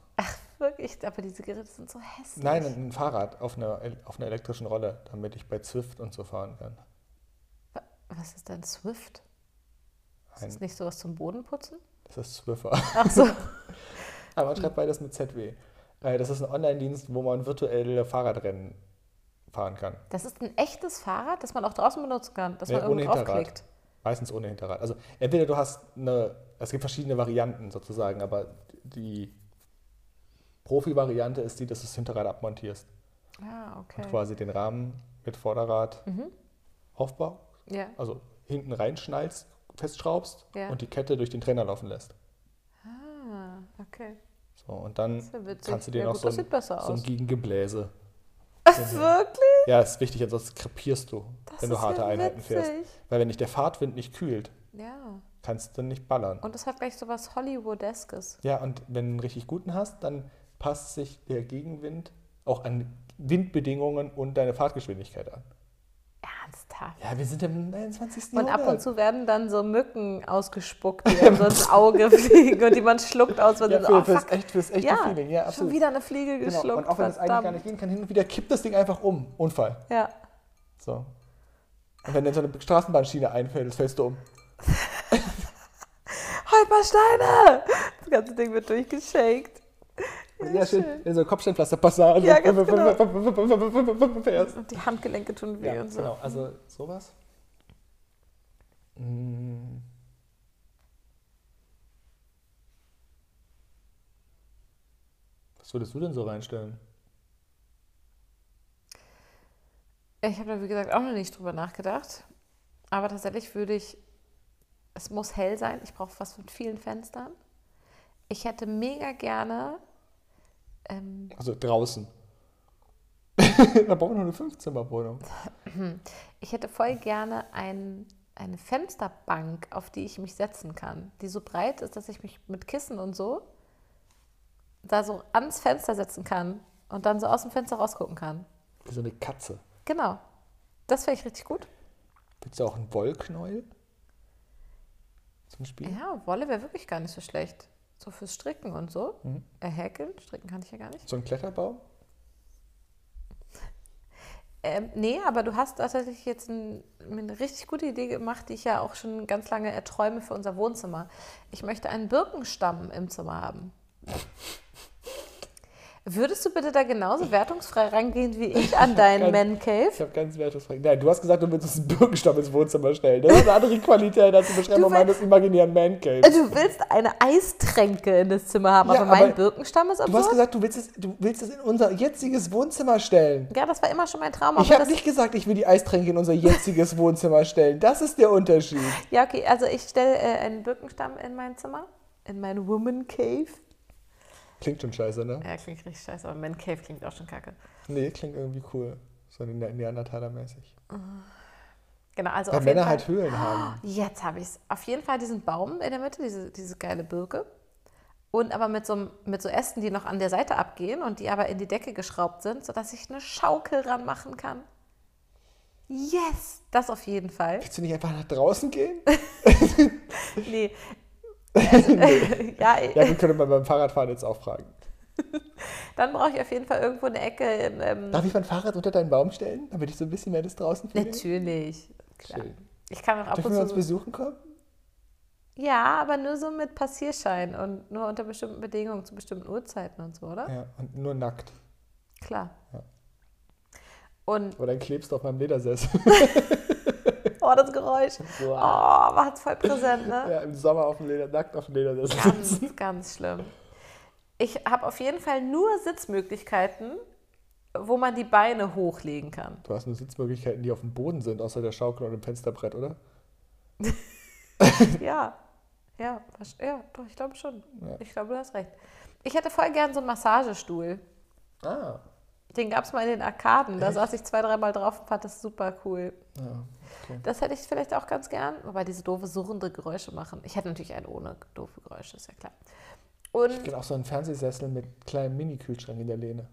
Speaker 4: Wirklich, aber diese Geräte sind so hässlich.
Speaker 5: Nein, ein Fahrrad auf einer, auf einer elektrischen Rolle, damit ich bei Zwift und so fahren kann.
Speaker 4: Wa- Was ist denn Swift? Ist
Speaker 5: Ein-
Speaker 4: das nicht sowas zum Bodenputzen?
Speaker 5: Das ist Swiffer.
Speaker 4: Ach so.
Speaker 5: <laughs> Aber man schreibt beides mit ZW. Äh, Das ist ein Online-Dienst, wo man virtuelle Fahrradrennen fahren kann.
Speaker 4: Das ist ein echtes Fahrrad, das man auch draußen benutzen kann, dass
Speaker 5: Ja,
Speaker 4: man irgendwo
Speaker 5: ohne Hinterrad.
Speaker 4: draufklickt.
Speaker 5: Meistens ohne Hinterrad. Also entweder du hast eine, es gibt verschiedene Varianten sozusagen, aber die Profi-Variante ist die, dass du das Hinterrad abmontierst
Speaker 4: Ah,
Speaker 5: und
Speaker 4: okay.
Speaker 5: quasi den Rahmen mit Vorderrad
Speaker 4: Mhm.
Speaker 5: aufbaust,
Speaker 4: Ja.
Speaker 5: also hinten reinschnallst, festschraubst
Speaker 4: Ja.
Speaker 5: und die Kette durch den Trainer laufen lässt.
Speaker 4: Ah,
Speaker 5: <laughs>
Speaker 4: okay.
Speaker 5: So, und dann
Speaker 4: Ist ja witzig.
Speaker 5: kannst du dir
Speaker 4: Ja,
Speaker 5: noch
Speaker 4: gut,
Speaker 5: so
Speaker 4: das
Speaker 5: ein,
Speaker 4: sieht besser
Speaker 5: so ein
Speaker 4: aus.
Speaker 5: Gegengebläse. Genau.
Speaker 4: Wirklich?
Speaker 5: Ja, ist wichtig, ansonsten krepierst du,
Speaker 4: Das
Speaker 5: wenn du
Speaker 4: ist
Speaker 5: harte
Speaker 4: ja
Speaker 5: Einheiten fährst.
Speaker 4: witzig.
Speaker 5: Weil wenn dich der Fahrtwind nicht kühlt,
Speaker 4: Ja.
Speaker 5: kannst du nicht ballern.
Speaker 4: Und es hat gleich so was Hollywoodeskes.
Speaker 5: Ja, und wenn du einen richtig guten hast, dann passt sich der Gegenwind auch an Windbedingungen und deine Fahrtgeschwindigkeit an.
Speaker 4: Ernsthaft.
Speaker 5: Ja, wir sind im 29.
Speaker 4: Und ab und
Speaker 5: Jahrhundert.
Speaker 4: zu werden dann so Mücken
Speaker 5: <laughs>
Speaker 4: ausgespuckt, die einem so ins Auge fliegen und die man schluckt aus, wenn
Speaker 5: ja,
Speaker 4: man
Speaker 5: für,
Speaker 4: so, oh,
Speaker 5: fürs,
Speaker 4: fuck.
Speaker 5: echt, fürs echte
Speaker 4: ja,
Speaker 5: Feeling, ja,
Speaker 4: schon
Speaker 5: absolut.
Speaker 4: wieder eine Fliege
Speaker 5: genau.
Speaker 4: geschluckt.
Speaker 5: Und auch wenn es eigentlich gar
Speaker 4: verdammt.
Speaker 5: nicht gehen kann, hin und wieder kippt das Ding einfach um. Unfall.
Speaker 4: Ja.
Speaker 5: So. Und wenn dir so eine Straßenbahnschiene einfällt, fällst du um.
Speaker 4: Holpersteine! Das ganze Ding wird durchgeschakt.
Speaker 5: Und ja, schön. In so Kopfsteinpflasterpassage. <laughs>
Speaker 4: Ja, ganz genau.
Speaker 5: Fährst.
Speaker 4: Und die Handgelenke tun weh
Speaker 5: Ja,
Speaker 4: und so.
Speaker 5: genau. Also sowas. Mm. Was würdest du denn so reinstellen?
Speaker 4: Ich habe da, wie gesagt, auch noch nicht drüber nachgedacht. Aber tatsächlich würde ich, es muss hell sein. Ich brauche was mit vielen Fenstern. Ich hätte mega gerne, ähm,
Speaker 5: Also draußen. <laughs> da brauchen wir nur eine Fünfzimmerwohnung.
Speaker 4: ich hätte voll gerne ein, eine Fensterbank, auf die ich mich setzen kann, die so breit ist, dass ich mich mit Kissen und so da so ans Fenster setzen kann und dann so aus dem Fenster rausgucken kann.
Speaker 5: Wie so eine Katze.
Speaker 4: Genau. Das fände ich richtig gut.
Speaker 5: Willst du auch einen Wollknäuel? Zum Spiel?
Speaker 4: Ja, Wolle wäre wirklich gar nicht so schlecht. So fürs Stricken und so. Äh, häkeln, stricken kann ich ja gar nicht.
Speaker 5: So einen Kletterbaum?
Speaker 4: Ähm, nee, aber du hast tatsächlich jetzt ein, mir eine richtig gute Idee gemacht, die ich ja auch schon ganz lange erträume für unser Wohnzimmer. Ich möchte einen Birkenstamm im Zimmer haben. Würdest du bitte da genauso wertungsfrei rangehen wie ich an deinen
Speaker 5: Kein-
Speaker 4: Man
Speaker 5: Ich
Speaker 4: Cave?
Speaker 5: habe ganz wertungsfrei. Nein, du hast gesagt, du willst uns einen Birkenstamm ins Wohnzimmer stellen. Das ist eine andere Qualität als die Beschreibung
Speaker 4: Du willst-
Speaker 5: meines imaginären Mancave.
Speaker 4: Du willst eine Eistränke in das Zimmer haben,
Speaker 5: Ja,
Speaker 4: aber mein
Speaker 5: aber
Speaker 4: Birkenstamm ist
Speaker 5: Du hast
Speaker 4: absurd.
Speaker 5: gesagt, du willst, es, du willst es in unser jetziges Wohnzimmer stellen.
Speaker 4: Ja, das war immer schon mein Traum.
Speaker 5: Ich
Speaker 4: aber
Speaker 5: habe
Speaker 4: das-
Speaker 5: nicht gesagt, ich will die Eistränke in unser jetziges
Speaker 4: <laughs>
Speaker 5: Wohnzimmer stellen. Das ist der Unterschied.
Speaker 4: Ja, okay, also ich stelle äh, einen Birkenstamm in mein Zimmer, in mein Woman Cave.
Speaker 5: Klingt schon scheiße, ne?
Speaker 4: Ja, klingt richtig scheiße, aber Man Cave klingt auch schon kacke.
Speaker 5: Nee, klingt irgendwie cool. So ne- Neandertaler-mäßig.
Speaker 4: Genau, also
Speaker 5: Weil
Speaker 4: auf jeden
Speaker 5: Männer
Speaker 4: Fall,
Speaker 5: halt Höhlen haben.
Speaker 4: Jetzt habe ich es. Auf jeden Fall diesen Baum in der Mitte, diese, diese geile Birke. Und aber mit so, einem- mit so Ästen, die noch an der Seite abgehen und die aber in die Decke geschraubt sind, sodass ich eine Schaukel ranmachen kann. Yes, das auf jeden
Speaker 5: <laughs>
Speaker 4: Fall.
Speaker 5: Willst du nicht einfach nach
Speaker 4: <laughs>
Speaker 5: draußen gehen?
Speaker 4: Nee. Also, <laughs> ja, äh,
Speaker 5: Ja, die könnte man beim Fahrradfahren jetzt auch fragen.
Speaker 4: dann brauche ich auf jeden Fall irgendwo eine Ecke. im, Ähm,
Speaker 5: Darf ich mein Fahrrad unter deinen Baum stellen, damit ich so ein bisschen mehr das draußen fühle?
Speaker 4: natürlich. Klar.
Speaker 5: Schön.
Speaker 4: Ich kann auch ab
Speaker 5: Dürfen wir
Speaker 4: und
Speaker 5: uns
Speaker 4: zu.
Speaker 5: besuchen kommen?
Speaker 4: Ja, aber nur so mit Passierschein und nur unter bestimmten Bedingungen zu bestimmten Uhrzeiten und so, oder?
Speaker 5: Ja, und nur nackt.
Speaker 4: Klar.
Speaker 5: Ja.
Speaker 4: Und
Speaker 5: Aber dann klebst du auf
Speaker 4: <laughs>
Speaker 5: meinem Ledersessel.
Speaker 4: oh, das Geräusch. Oh, war es voll präsent, ne?
Speaker 5: Ja, im Sommer auf dem Leder, nackt auf dem Ledersessel.
Speaker 4: Ganz, ganz schlimm. Ich habe auf jeden Fall nur Sitzmöglichkeiten, wo man die Beine hochlegen kann.
Speaker 5: Du hast nur Sitzmöglichkeiten, die auf dem Boden sind, außer der Schaukel und dem Fensterbrett, oder?
Speaker 4: Ja, ja, wahrsch- ja doch, ich glaube schon. Ich glaube, du hast recht. Ich hätte voll gern so einen Massagestuhl.
Speaker 5: Ah.
Speaker 4: Den gab es mal in den Arkaden. Da saß ich zwei, dreimal drauf und fand das super cool.
Speaker 5: Ja, okay.
Speaker 4: Das hätte ich vielleicht auch ganz gern, wobei diese doofe, surrende Geräusche machen. Ich hätte natürlich einen ohne doofe Geräusche, ist ja klar.
Speaker 5: Ich
Speaker 4: Und
Speaker 5: kenne auch so einen Fernsehsessel mit kleinem Mini-Kühlschrank in der Lehne,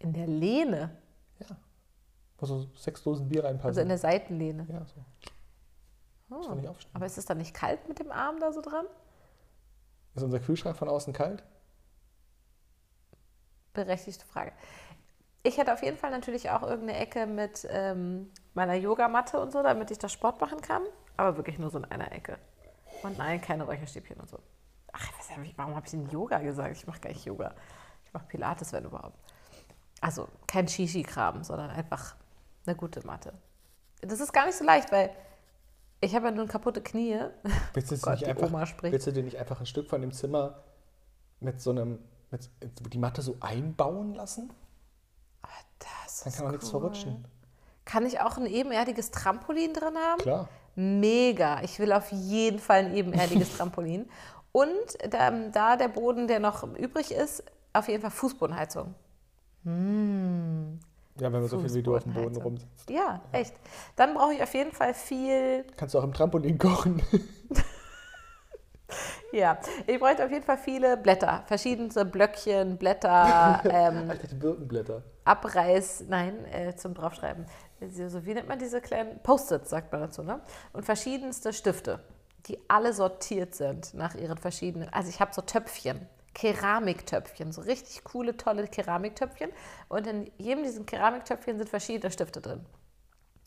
Speaker 4: in der Lehne,
Speaker 5: wo so sechs Dosen Bier
Speaker 4: also in
Speaker 5: reinpassen.
Speaker 4: der Seitenlehne.
Speaker 5: ja, so. Muss doch
Speaker 4: Hm.
Speaker 5: nicht aufstehen.
Speaker 4: Aber ist es dann nicht kalt mit dem Arm da so dran?
Speaker 5: Ist unser Kühlschrank von außen kalt?
Speaker 4: Berechtigte Frage. Ich hätte auf jeden Fall natürlich auch irgendeine Ecke mit ähm, meiner Yogamatte und so, damit ich da Sport machen kann. Aber wirklich nur so in einer Ecke. Und nein, keine Räucherstäbchen und so. Ach, ich weiß ja nicht, warum habe ich denn Yoga gesagt? Ich mache gar nicht Yoga. Ich mache Pilates, wenn überhaupt. Also kein Shishi-Kram, sondern einfach eine gute Matte. Das ist gar nicht so leicht, weil ich habe ja nun kaputte Knie. <laughs>
Speaker 5: Willst du, jetzt
Speaker 4: Oh Gott,
Speaker 5: nicht
Speaker 4: die
Speaker 5: einfach,
Speaker 4: Oma spricht.
Speaker 5: willst du dir nicht einfach ein Stück von dem Zimmer mit so einem, mit, die Matte so einbauen lassen?
Speaker 4: Ah, Das
Speaker 5: Dann
Speaker 4: ist
Speaker 5: kann auch nichts
Speaker 4: cool.
Speaker 5: verrutschen.
Speaker 4: Kann ich auch ein ebenerdiges Trampolin drin haben?
Speaker 5: Klar.
Speaker 4: Mega. Ich will auf jeden Fall ein ebenerdiges Trampolin. Und da, da der Boden, der noch übrig ist, auf jeden Fall Fußbodenheizung.
Speaker 5: Ja, wenn man so viel wie du auf dem Boden
Speaker 4: Fußbodenheizung.
Speaker 5: rumsitzt.
Speaker 4: Ja, echt. Dann brauche ich auf jeden Fall viel.
Speaker 5: Kannst du auch im Trampolin kochen.
Speaker 4: Ja, ich bräuchte auf jeden Fall viele Blätter. Verschiedenste Blöckchen, Blätter, ähm,
Speaker 5: Alter, die Birkenblätter.
Speaker 4: Abreiß, nein, äh, zum Draufschreiben. So, so, wie nennt man diese kleinen? Post-its, sagt man dazu, ne? Und verschiedenste Stifte, die alle sortiert sind nach ihren verschiedenen. Also ich habe so Töpfchen, Keramiktöpfchen, so richtig coole, tolle Keramiktöpfchen. Und in jedem dieser Keramiktöpfchen sind verschiedene Stifte drin.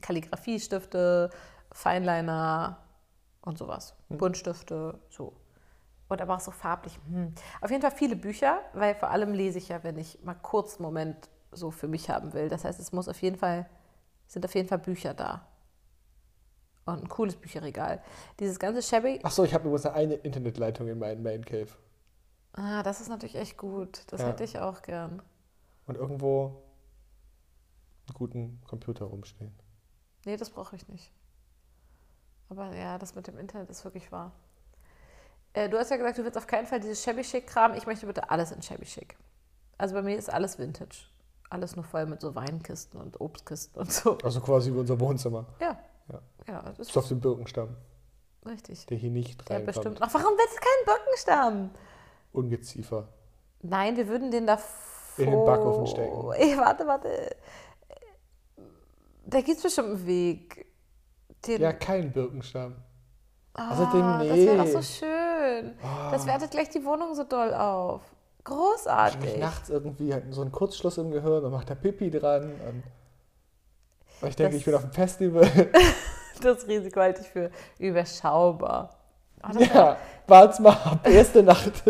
Speaker 4: Kalligraphiestifte, Feinliner und sowas. Buntstifte, so. Und aber auch so farblich. Hm. Auf jeden Fall viele Bücher, weil vor allem lese ich ja, wenn ich mal kurz einen Moment so für mich haben will. Das heißt, es muss auf jeden Fall, sind auf jeden Fall Bücher da. Und ein cooles Bücherregal. Dieses ganze Shabby,
Speaker 5: Achso, ich habe übrigens nur eine Internetleitung in meinem Main Cave.
Speaker 4: ah, das ist natürlich echt gut. Das
Speaker 5: Ja.
Speaker 4: hätte ich auch gern.
Speaker 5: Und irgendwo einen guten Computer rumstehen.
Speaker 4: Nee, das brauche ich nicht. Aber ja, das mit dem Internet ist wirklich wahr. Äh, du hast ja gesagt, du willst auf keinen Fall dieses shabby chic Kram. Ich möchte bitte alles in shabby chic. Also bei mir ist alles Vintage. Alles nur voll mit so Weinkisten und Obstkisten und so.
Speaker 5: Also quasi wie unser Wohnzimmer.
Speaker 4: Ja.
Speaker 5: Ja.
Speaker 4: Ja, das ist
Speaker 5: Ist auf dem Birkenstamm,
Speaker 4: richtig.
Speaker 5: der hier nicht
Speaker 4: Ja,
Speaker 5: reinkommt.
Speaker 4: bestimmt. Ach, warum willst du keinen Birkenstamm?
Speaker 5: Ungeziefer.
Speaker 4: Nein, wir würden den da
Speaker 5: In den
Speaker 4: vor-
Speaker 5: Backofen stecken.
Speaker 4: <laughs> Ey, warte, warte. Da gibt es bestimmt einen Weg. Den,
Speaker 5: Ja, kein Birkenstamm. Also
Speaker 4: Ah,
Speaker 5: dem,
Speaker 4: Das wäre doch
Speaker 5: nee.
Speaker 4: so schön. Das wertet gleich die Wohnung so doll auf.
Speaker 5: Wahrscheinlich
Speaker 4: Großartig.
Speaker 5: nachts irgendwie hat so einen Kurzschluss im Gehirn und macht da Pipi dran. Und und ich denke,
Speaker 4: Das-
Speaker 5: ich bin auf dem Festival. <laughs>
Speaker 4: Das Risiko halte ich für überschaubar. Oh, das wär,
Speaker 5: ja, wart's mal ab.
Speaker 4: <laughs>
Speaker 5: Erste Nacht.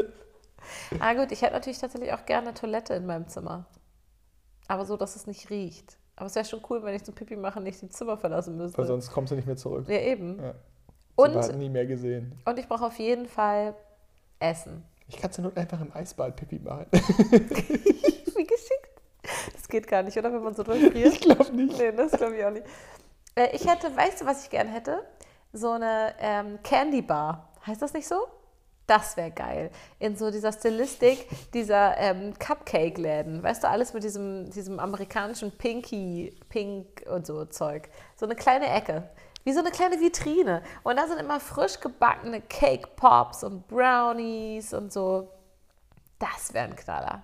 Speaker 4: ah gut, ich hätte natürlich tatsächlich auch gerne eine Toilette in meinem Zimmer. Aber so, dass es nicht riecht. Aber es wäre schon cool, wenn ich zum Pipi machen nicht die Zimmer verlassen müsste.
Speaker 5: Weil sonst kommst du nicht mehr zurück.
Speaker 4: ja, eben.
Speaker 5: Ja. Wir
Speaker 4: Und,
Speaker 5: hatten nie mehr gesehen.
Speaker 4: und ich brauche auf jeden Fall Essen.
Speaker 5: Ich kann zur Not einfach im Eisbad Pipi machen. <laughs>
Speaker 4: Wie geschickt. Das geht gar nicht, oder? Wenn man so durchfriert.
Speaker 5: Ich glaube nicht.
Speaker 4: Nee, das glaube ich auch nicht. Äh, Ich hätte, weißt du, was ich gern hätte? So eine ähm, Candy Bar. Heißt das nicht so? Das wäre geil. In so dieser Stilistik dieser ähm, Cupcake-Läden. Weißt du, alles mit diesem, diesem amerikanischen Pinky, Pink und so Zeug. So eine kleine Ecke. Wie so eine kleine Vitrine. Und da sind immer frisch gebackene Cake Pops und Brownies und so. Das wäre ein Knaller.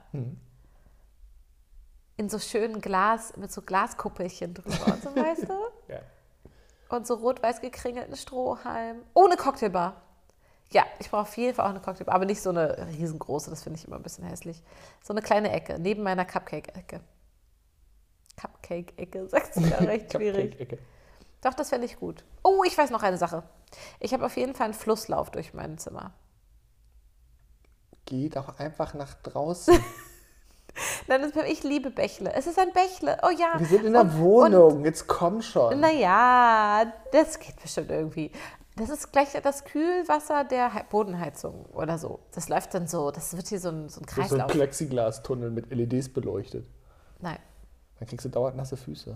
Speaker 4: In so schönen Glas, mit so Glaskuppelchen drüber und so, weißt du?
Speaker 5: Ja.
Speaker 4: Und so rot-weiß gekringelten Strohhalm. Ohne Cocktailbar. Ja, ich brauche auf jeden Fall auch eine Cocktailbar, aber nicht so eine riesengroße, das finde ich immer ein bisschen hässlich. So eine kleine Ecke, neben meiner Cupcake-Ecke. Cupcake-Ecke, <laughs> sagst du ja recht schwierig.
Speaker 5: Cupcake-Ecke.
Speaker 4: Doch, das fände ich gut. Oh, ich weiß noch eine Sache. Ich habe auf jeden Fall einen Flusslauf durch mein Zimmer.
Speaker 5: Geh doch einfach nach draußen.
Speaker 4: Nein, das, ich liebe Bächle. Es ist ein Bächle. Oh ja.
Speaker 5: Wir sind in der
Speaker 4: Und-
Speaker 5: Wohnung. Jetzt komm schon.
Speaker 4: Naja, das geht bestimmt irgendwie. Das ist gleich das Kühlwasser der He- Bodenheizung oder so. Das läuft dann so, das wird hier so ein, so ein
Speaker 5: Das ist so ein
Speaker 4: Kreislauf.
Speaker 5: Plexiglastunnel mit LEDs beleuchtet.
Speaker 4: Nein,
Speaker 5: Dann kriegst du dauernd nasse Füße.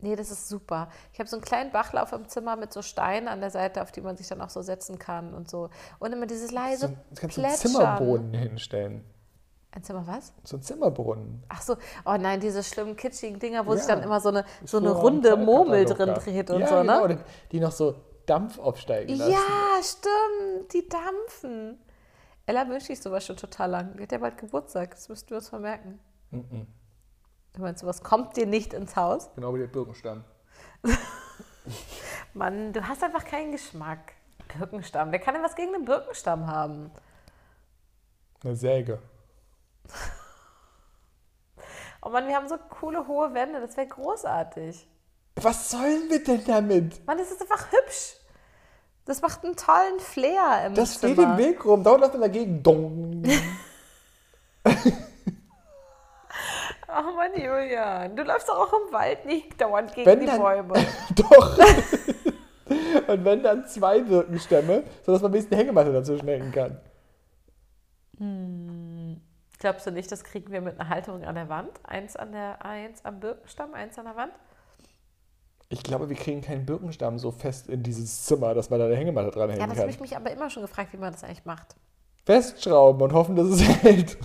Speaker 4: nee, das ist super. Ich habe so einen kleinen Bachlauf im Zimmer mit so Steinen an der Seite, auf die man sich dann auch so setzen kann und so. Und immer dieses
Speaker 5: So,
Speaker 4: leise
Speaker 5: ein- jetzt kannst du einen
Speaker 4: Also Plätschern.
Speaker 5: Zimmerboden hinstellen.
Speaker 4: Ein Zimmer was?
Speaker 5: So ein Zimmerbrunnen.
Speaker 4: Ach so, oh nein, diese schlimmen kitschigen Dinger, wo sich
Speaker 5: Ja.
Speaker 4: dann immer so eine, so eine
Speaker 5: Früher am
Speaker 4: runde
Speaker 5: Teilkatalog
Speaker 4: Murmel drin
Speaker 5: gab.
Speaker 4: dreht und
Speaker 5: ja,
Speaker 4: so,
Speaker 5: Genau,
Speaker 4: ne?
Speaker 5: die- die noch so Dampf aufsteigen lassen.
Speaker 4: Ja, stimmt, die dampfen. Ella wünscht sich sowas schon total lang. Die hat ja bald Geburtstag, das müssten wir uns vermerken. Du meinst, sowas kommt dir nicht ins Haus?
Speaker 5: Genau wie der Birkenstamm.
Speaker 4: Mann, du hast einfach keinen Geschmack. Birkenstamm, wer kann denn was gegen den Birkenstamm haben?
Speaker 5: Eine Säge.
Speaker 4: Oh Mann, wir haben so coole hohe Wände, das wäre großartig.
Speaker 5: Was sollen wir denn damit?
Speaker 4: Mann, das ist einfach hübsch. Das macht einen tollen Flair im
Speaker 5: Das
Speaker 4: Zimmer.
Speaker 5: steht im Weg rum. Dauert man dagegen. Dong.
Speaker 4: <laughs> Ach Oh Mann, Julian, du läufst doch auch im Wald nicht dauernd gegen
Speaker 5: Wenn
Speaker 4: die
Speaker 5: dann-
Speaker 4: Bäume.
Speaker 5: Doch. <laughs> Und wenn dann zwei Birkenstämme, sodass man wenigstens eine Hängematte dazwischen hängen kann.
Speaker 4: Glaubst du nicht, das kriegen wir mit einer Halterung an der Wand? Eins an der, eins am Birkenstamm, eins an der Wand?
Speaker 5: Ich glaube, wir kriegen keinen Birkenstamm so fest in dieses Zimmer, dass man da eine Hängematte dranhängen
Speaker 4: Ja, das habe
Speaker 5: kann.
Speaker 4: ich mich aber immer schon gefragt, wie man das eigentlich macht.
Speaker 5: Festschrauben und hoffen, dass es <laughs> hält.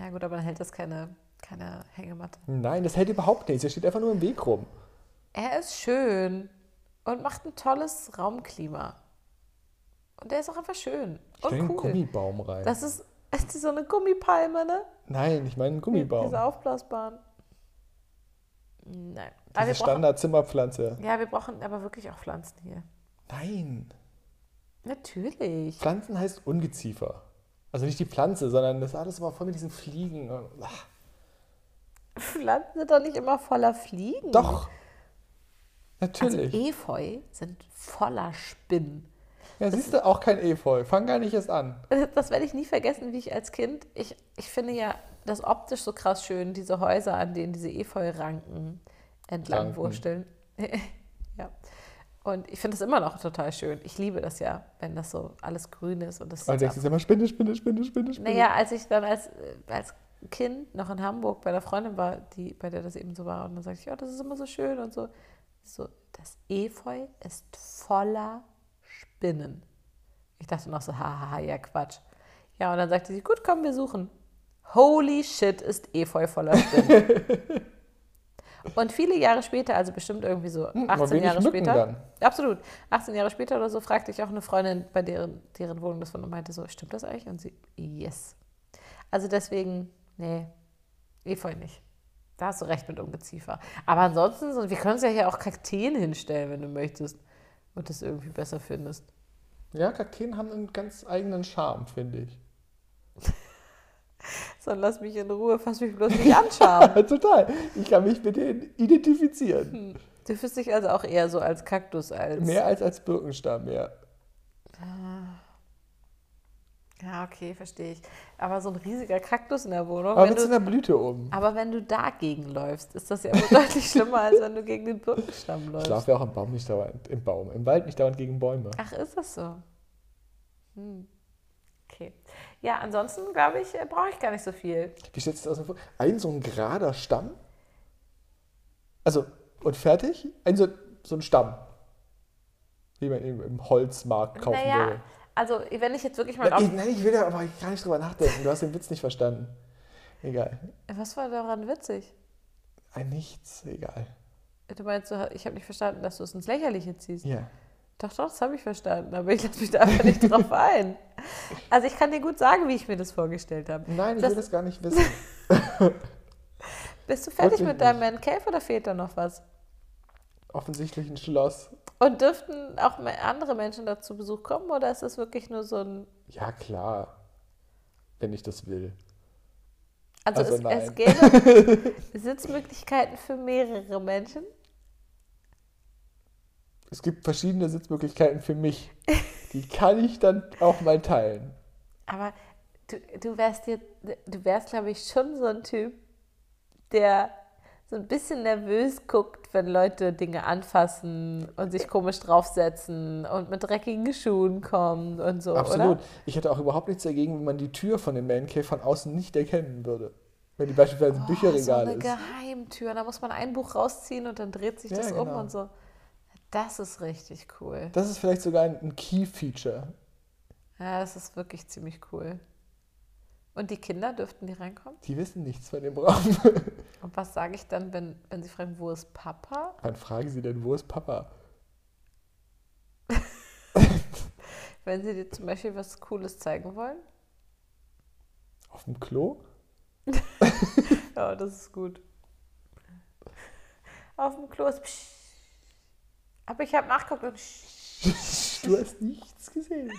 Speaker 4: Ja gut, aber dann hält das keine, keine Hängematte.
Speaker 5: Nein, das hält überhaupt nichts. Das steht einfach nur im Weg rum.
Speaker 4: Oh, Er ist schön und macht ein tolles Raumklima. Und der ist auch einfach schön und
Speaker 5: Stell einen
Speaker 4: cool.
Speaker 5: Gummibaum rein.
Speaker 4: Das ist, <laughs> das ist so eine Gummipalme, ne?
Speaker 5: Nein, ich meine einen Gummibaum.
Speaker 4: Diese aufblasbaren. Nein. Aber wir
Speaker 5: Diese
Speaker 4: brauchen,
Speaker 5: Standard-Zimmerpflanze.
Speaker 4: ja, wir brauchen aber wirklich auch Pflanzen hier.
Speaker 5: Nein.
Speaker 4: Natürlich. <laughs>
Speaker 5: Pflanzen heißt Ungeziefer. Also nicht die Pflanze, sondern das ist alles immer voll mit diesen Fliegen. Ach,
Speaker 4: Pflanzen sind doch nicht immer voller Fliegen.
Speaker 5: doch.
Speaker 4: Hm. Also
Speaker 5: Natürlich.
Speaker 4: Efeu sind voller Spinnen.
Speaker 5: ja, siehst du, auch kein Efeu. Fang gar nicht erst an.
Speaker 4: <laughs> Das werde ich nie vergessen, wie ich als Kind, ich, ich finde ja das optisch so krass schön, diese Häuser, an denen diese Efeu-Ranken entlang
Speaker 5: Ranken.
Speaker 4: wursteln. <laughs> ja. Und ich finde das immer noch total schön. Ich liebe das ja, wenn das so alles grün ist und das
Speaker 5: Als
Speaker 4: sieht
Speaker 5: nächstes immer Spinne, Spinne, Spinne, Spinne, Spinne.
Speaker 4: Naja, als ich dann als, äh, als Kind noch in Hamburg bei einer Freundin war, die, bei der das eben so war, und dann sagte ich, ja, das ist immer so schön und so. So, das Efeu ist voller Spinnen. Ich dachte noch so, hahaha, ja, Quatsch. Ja, und dann sagte sie, gut, komm, wir suchen. Holy shit, ist Efeu voller Spinnen.
Speaker 5: <laughs>
Speaker 4: und viele Jahre später, also bestimmt irgendwie so
Speaker 5: Hm, aber
Speaker 4: 18
Speaker 5: wenig
Speaker 4: Jahre
Speaker 5: Mücken
Speaker 4: später,
Speaker 5: dann.
Speaker 4: Absolut. 18 Jahre später oder so fragte ich auch eine Freundin, bei deren, deren Wohnung das war und meinte so, stimmt das eigentlich? Und sie, yes. Also deswegen, nee, Efeu nicht. Da hast du recht mit Ungeziefer. Aber ansonsten, so, wir können es ja hier auch Kakteen hinstellen, wenn du möchtest und das irgendwie besser findest.
Speaker 5: Ja, Kakteen haben einen ganz eigenen Charme, finde ich.
Speaker 4: So, lass mich in Ruhe, fass mich bloß nicht
Speaker 5: <laughs>
Speaker 4: anschauen.
Speaker 5: Total. Ich kann mich mit denen
Speaker 4: Hm,
Speaker 5: identifizieren.
Speaker 4: Du fühlst dich also auch eher so als Kaktus als...
Speaker 5: Mehr als als Birkenstamm, ja.
Speaker 4: Ja, okay, verstehe ich. Aber so ein riesiger Kaktus in der Wohnung,
Speaker 5: Aber
Speaker 4: wenn
Speaker 5: mit
Speaker 4: du Ah.
Speaker 5: so einer Blüte oben.
Speaker 4: Aber wenn du dagegen läufst, ist das ja immer <laughs> deutlich schlimmer, als wenn du gegen den Birkenstamm
Speaker 5: Ich
Speaker 4: läufst.
Speaker 5: schlafe ja auch im Baum nicht dauernd. Im Baum. Im Wald nicht dauernd gegen Bäume.
Speaker 4: Ach, ist das so? Hm. Okay. Ja, ansonsten glaube ich, äh, brauche ich gar nicht so viel.
Speaker 5: Wie stellst du das denn vor? Ein so ein gerader Stamm? Also, und fertig? Ein so, so ein Stamm. Wie man ihn im Holzmarkt kaufen
Speaker 4: naja,
Speaker 5: würde.
Speaker 4: also wenn ich jetzt wirklich mal
Speaker 5: Na, ich,
Speaker 4: auf.
Speaker 5: nein, ich will da aber gar nicht drüber nachdenken. Du hast den Witz nicht verstanden. Egal.
Speaker 4: Äh, Was war daran witzig?
Speaker 5: Ein Nichts, egal.
Speaker 4: Du meinst, du, ich habe nicht verstanden, dass du es ins Lächerliche ziehst.
Speaker 5: Ja.
Speaker 4: Doch, doch, das habe ich verstanden, aber ich lasse mich da einfach nicht
Speaker 5: <laughs>
Speaker 4: drauf ein. Also ich kann dir gut sagen, wie ich mir das vorgestellt habe.
Speaker 5: Nein, ich
Speaker 4: Das-
Speaker 5: will das gar nicht wissen.
Speaker 4: Bist du fertig
Speaker 5: Wirklich
Speaker 4: mit deinem Man Cave oder fehlt da noch was?
Speaker 5: Offensichtlich ein Schloss.
Speaker 4: Und dürften auch me- andere Menschen dazu Besuch kommen oder ist das wirklich nur so ein.
Speaker 5: Ja, klar. Wenn ich das will.
Speaker 4: Also,
Speaker 5: Also nein.
Speaker 4: es, es gäbe
Speaker 5: <laughs>
Speaker 4: Sitzmöglichkeiten für mehrere Menschen.
Speaker 5: Es gibt verschiedene Sitzmöglichkeiten für mich. Die kann ich dann auch mal teilen.
Speaker 4: Aber du, du wärst dir, du wärst, glaube ich, schon so ein Typ, der so ein bisschen nervös guckt, wenn Leute Dinge anfassen und sich komisch draufsetzen und mit dreckigen Schuhen kommen und <laughs> so,
Speaker 5: Absolut.
Speaker 4: oder?
Speaker 5: Ich hätte auch überhaupt nichts dagegen, wenn man die Tür von dem Man Cave von außen nicht erkennen würde. Wenn die beispielsweise ein
Speaker 4: Oh, so
Speaker 5: Bücherregal
Speaker 4: eine
Speaker 5: ist.
Speaker 4: Geheimtür. Da muss man ein Buch rausziehen und dann dreht sich
Speaker 5: Ja,
Speaker 4: das um
Speaker 5: genau.
Speaker 4: und so. Das ist richtig cool.
Speaker 5: Das ist vielleicht sogar ein, ein Key-Feature.
Speaker 4: Ja, das ist wirklich ziemlich cool. Und die Kinder, dürften die reinkommen?
Speaker 5: Die wissen nichts von dem Raum. <laughs>
Speaker 4: Und was sage ich dann, wenn, wenn sie fragen, wo ist Papa?
Speaker 5: Dann fragen sie denn, wo ist Papa?
Speaker 4: Wenn sie dir zum Beispiel was Cooles zeigen wollen?
Speaker 5: Auf dem Klo? <laughs>
Speaker 4: Ja, das ist gut. Auf dem Klo ist psch. Aber ich habe nachgeguckt und psch.
Speaker 5: Du hast nichts gesehen.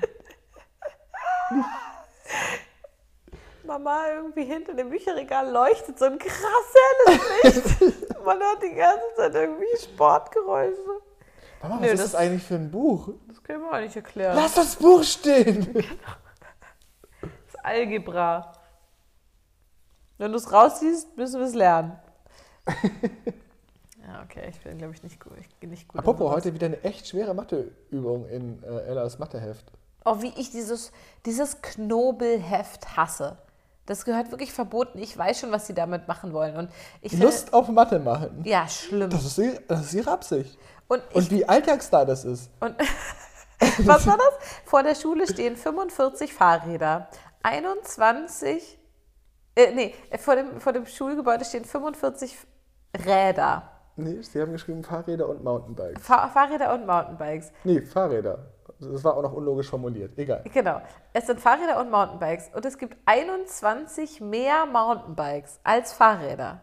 Speaker 4: Mama irgendwie hinter dem Bücherregal leuchtet so ein krass helles <laughs> Licht. Man hört die ganze Zeit irgendwie Sportgeräusche.
Speaker 5: Mama, was
Speaker 4: Nö,
Speaker 5: ist
Speaker 4: das-
Speaker 5: das eigentlich für ein Buch?
Speaker 4: Das können wir auch nicht erklären.
Speaker 5: Lass das Buch stehen!
Speaker 4: Das ist Algebra. Wenn du es rausziehst, müssen wir es lernen. <laughs> ja, okay, ich bin, glaube ich, nicht gut. Ich bin nicht gut in
Speaker 5: Apropos,
Speaker 4: sowas.
Speaker 5: heute wieder eine echt schwere Matheübung in äh, Ellas Matheheft.
Speaker 4: Oh, wie ich dieses, dieses Knobelheft hasse. Das gehört wirklich verboten. Ich weiß schon, was sie damit machen wollen. Und ich finde-
Speaker 5: Lust auf Mathe machen.
Speaker 4: Ja, schlimm.
Speaker 5: Das ist, ihr- das ist ihre Absicht.
Speaker 4: Und, ich,
Speaker 5: Und wie alltagsnah das ist.
Speaker 4: und was war das? Vor der Schule stehen 45 Fahrräder. 21. Äh, nee, vor dem, vor dem Schulgebäude stehen 45 Räder.
Speaker 5: Nee, sie haben geschrieben Fahrräder und Mountainbikes.
Speaker 4: Fa Fahrräder und Mountainbikes.
Speaker 5: Nee, Fahrräder. Das war auch noch unlogisch formuliert. Egal.
Speaker 4: Genau. Es sind Fahrräder und Mountainbikes. Und es gibt 21 mehr Mountainbikes als Fahrräder.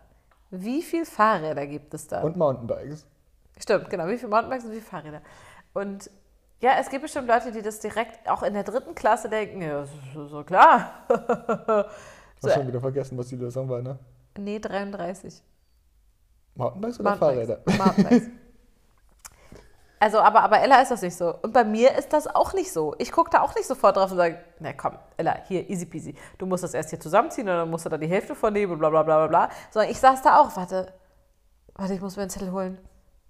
Speaker 4: Wie viele Fahrräder gibt es da?
Speaker 5: Und Mountainbikes.
Speaker 4: Stimmt, genau. Wie viele Mountainbikes und wie viele Fahrräder? Und ja, es gibt bestimmt Leute, die das direkt auch in der dritten Klasse denken. Ja, das ist so so klar.
Speaker 5: Ich hab schon wieder vergessen, was die Lösung war, ne?
Speaker 4: nee, 33.
Speaker 5: Mountainbikes oder Fahrräder?
Speaker 4: Mountainbikes. <laughs> Also, aber, aber Ella ist das nicht so. Und bei mir ist das auch nicht so. Ich gucke da auch nicht sofort drauf und sage, na komm, Ella, hier, easy peasy. Du musst das erst hier zusammenziehen und dann musst du da die Hälfte von nehmen und bla bla bla bla bla. Sondern ich saß da auch, warte, warte, ich muss mir einen Zettel holen.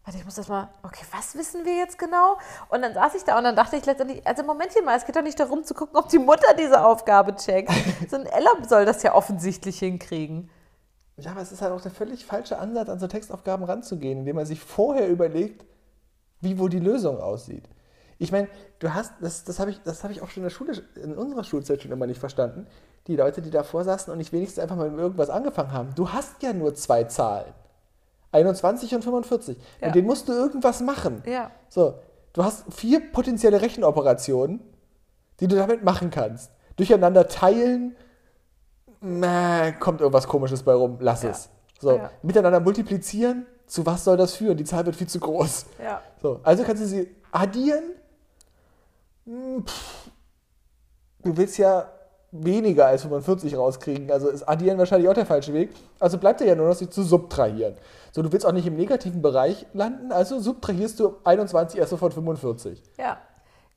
Speaker 4: Warte, ich muss das mal, okay, was wissen wir jetzt genau? Und dann saß ich da und dann dachte ich letztendlich, also Momentchen mal, es geht doch nicht darum zu gucken, ob die Mutter diese Aufgabe checkt. Sondern Ella soll das ja offensichtlich hinkriegen.
Speaker 5: Ja, aber es ist halt auch der völlig falsche Ansatz, an so Textaufgaben ranzugehen, indem man sich vorher überlegt, wie wohl die Lösung aussieht. Ich meine, du hast, das, das habe ich, das hab ich auch schon in der Schule, in unserer Schulzeit schon immer nicht verstanden, die Leute, die davor saßen und nicht wenigstens einfach mal mit irgendwas angefangen haben. Du hast ja nur zwei Zahlen. 21 und 45.
Speaker 4: Ja.
Speaker 5: Mit denen musst du irgendwas machen.
Speaker 4: Ja.
Speaker 5: So, du hast vier potenzielle Rechenoperationen, die du damit machen kannst. Durcheinander teilen, na, kommt irgendwas komisches bei rum, lass es. So,
Speaker 4: Ja.
Speaker 5: miteinander multiplizieren, zu was soll das führen? Die Zahl wird viel zu groß.
Speaker 4: Ja.
Speaker 5: So, also kannst du sie addieren. Hm, pff. Du willst ja weniger als 45 rauskriegen, also ist addieren wahrscheinlich auch der falsche Weg. Also bleibt dir ja nur noch sie zu subtrahieren. So, du willst auch nicht im negativen Bereich landen, also subtrahierst du 21 erstmal von 45.
Speaker 4: Ja.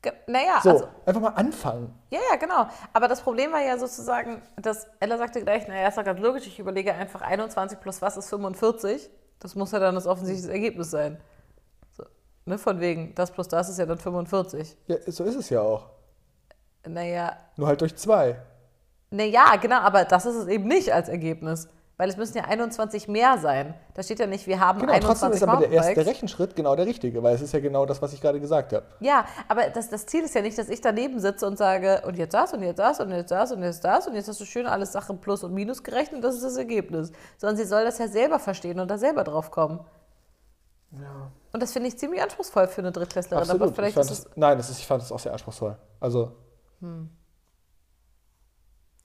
Speaker 4: Ge- Naja,
Speaker 5: So,
Speaker 4: also
Speaker 5: einfach mal anfangen.
Speaker 4: Ja, ja, genau. Aber das Problem war ja sozusagen, dass Ella sagte gleich, naja, ist doch ganz logisch, ich überlege einfach 21 plus was ist 45. Das muss ja dann das offensichtliche Ergebnis sein. So, ne, von wegen, das plus das ist ja dann 45.
Speaker 5: Ja, so ist es ja auch.
Speaker 4: Naja,
Speaker 5: Nur halt durch zwei.
Speaker 4: naja, genau, aber das ist es eben nicht als Ergebnis. Weil es müssen ja 21 mehr sein. Da steht ja nicht, wir haben
Speaker 5: Genau, trotzdem
Speaker 4: 21
Speaker 5: ist aber der erste
Speaker 4: Mountainbikes.
Speaker 5: Rechenschritt genau der richtige, weil es ist ja genau das, was ich gerade gesagt habe.
Speaker 4: Ja, aber das, das Ziel ist ja nicht, dass ich daneben sitze und sage, und jetzt das und jetzt das und jetzt das und jetzt das und jetzt hast du schön alles Sachen plus und minus gerechnet und das ist das Ergebnis. Sondern sie soll das ja selber verstehen und da selber drauf kommen.
Speaker 5: Ja,
Speaker 4: Und das finde ich ziemlich anspruchsvoll für eine Drittklässlerin. Aber
Speaker 5: absolut. Ich
Speaker 4: vielleicht
Speaker 5: fand
Speaker 4: ist es,
Speaker 5: das, nein, das ist, ich fand es auch sehr anspruchsvoll. Also,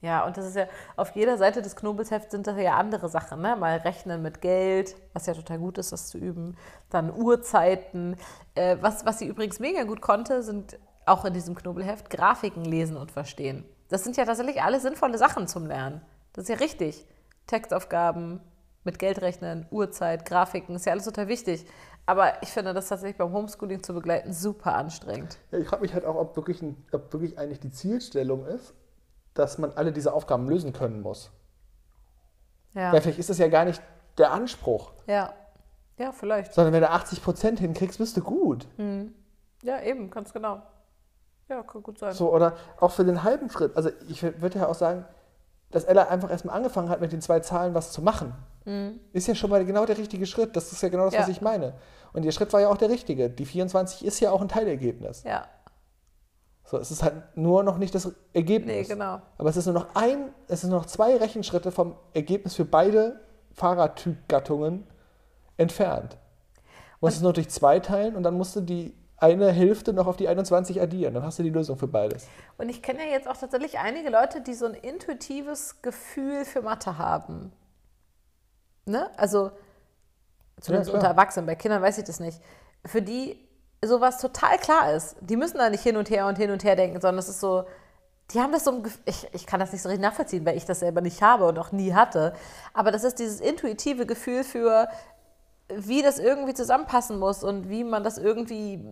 Speaker 4: ja, und das ist ja, auf jeder Seite des Knobelshefts sind da ja andere Sachen, ne? Mal rechnen mit Geld, was ja total gut ist, das zu üben. Dann Uhrzeiten. Äh, was, was sie übrigens mega gut konnte, sind auch in diesem Knobelheft Grafiken lesen und verstehen. Das sind ja tatsächlich alles sinnvolle Sachen zum Lernen. Das ist ja richtig. Textaufgaben, mit Geld rechnen, Uhrzeit, Grafiken, ist ja alles total wichtig. Aber ich finde das tatsächlich beim Homeschooling zu begleiten super anstrengend.
Speaker 5: ja, ich frage mich halt auch, ob wirklich, ein- ob wirklich eigentlich die Zielstellung ist, dass man alle diese Aufgaben lösen können muss.
Speaker 4: Ja,
Speaker 5: Weil vielleicht ist das ja gar nicht der Anspruch,
Speaker 4: ja. ja vielleicht.
Speaker 5: sondern wenn du 80% hinkriegst, bist du gut.
Speaker 4: Ja, eben, ganz genau. Ja, kann gut sein.
Speaker 5: So, oder auch für den halben Schritt. Also ich würde ja auch sagen, dass Ella einfach erstmal angefangen hat, mit den zwei Zahlen was zu machen. Ist ja schon mal genau der richtige Schritt. Das ist ja genau das,
Speaker 4: Mhm. Ja.
Speaker 5: was ich meine. Und ihr Schritt war ja auch der richtige. Die 24 ist ja auch ein Teilergebnis.
Speaker 4: Ja.
Speaker 5: So, es ist halt nur noch nicht das Ergebnis.
Speaker 4: Nee, genau.
Speaker 5: Aber es ist nur noch ein, es sind nur noch zwei Rechenschritte vom Ergebnis für beide Fahrradtypgattungen entfernt. Musst es nur durch zwei teilen und dann musst du die eine Hälfte noch auf die 21 addieren. Dann hast du die Lösung für beides.
Speaker 4: Und ich kenne ja jetzt auch tatsächlich einige Leute, die so ein intuitives Gefühl für Mathe haben. Ne? Also, zumindest
Speaker 5: klar.
Speaker 4: unter Erwachsenen, bei Kindern weiß ich das nicht. Für die sowas total klar ist. Die müssen da nicht hin und her und hin und her denken, sondern es ist so, die haben das so, im Gef- ich, ich kann das nicht so richtig nachvollziehen, weil ich das selber nicht habe und auch nie hatte. Aber das ist dieses intuitive Gefühl für, wie das irgendwie zusammenpassen muss und wie man das irgendwie,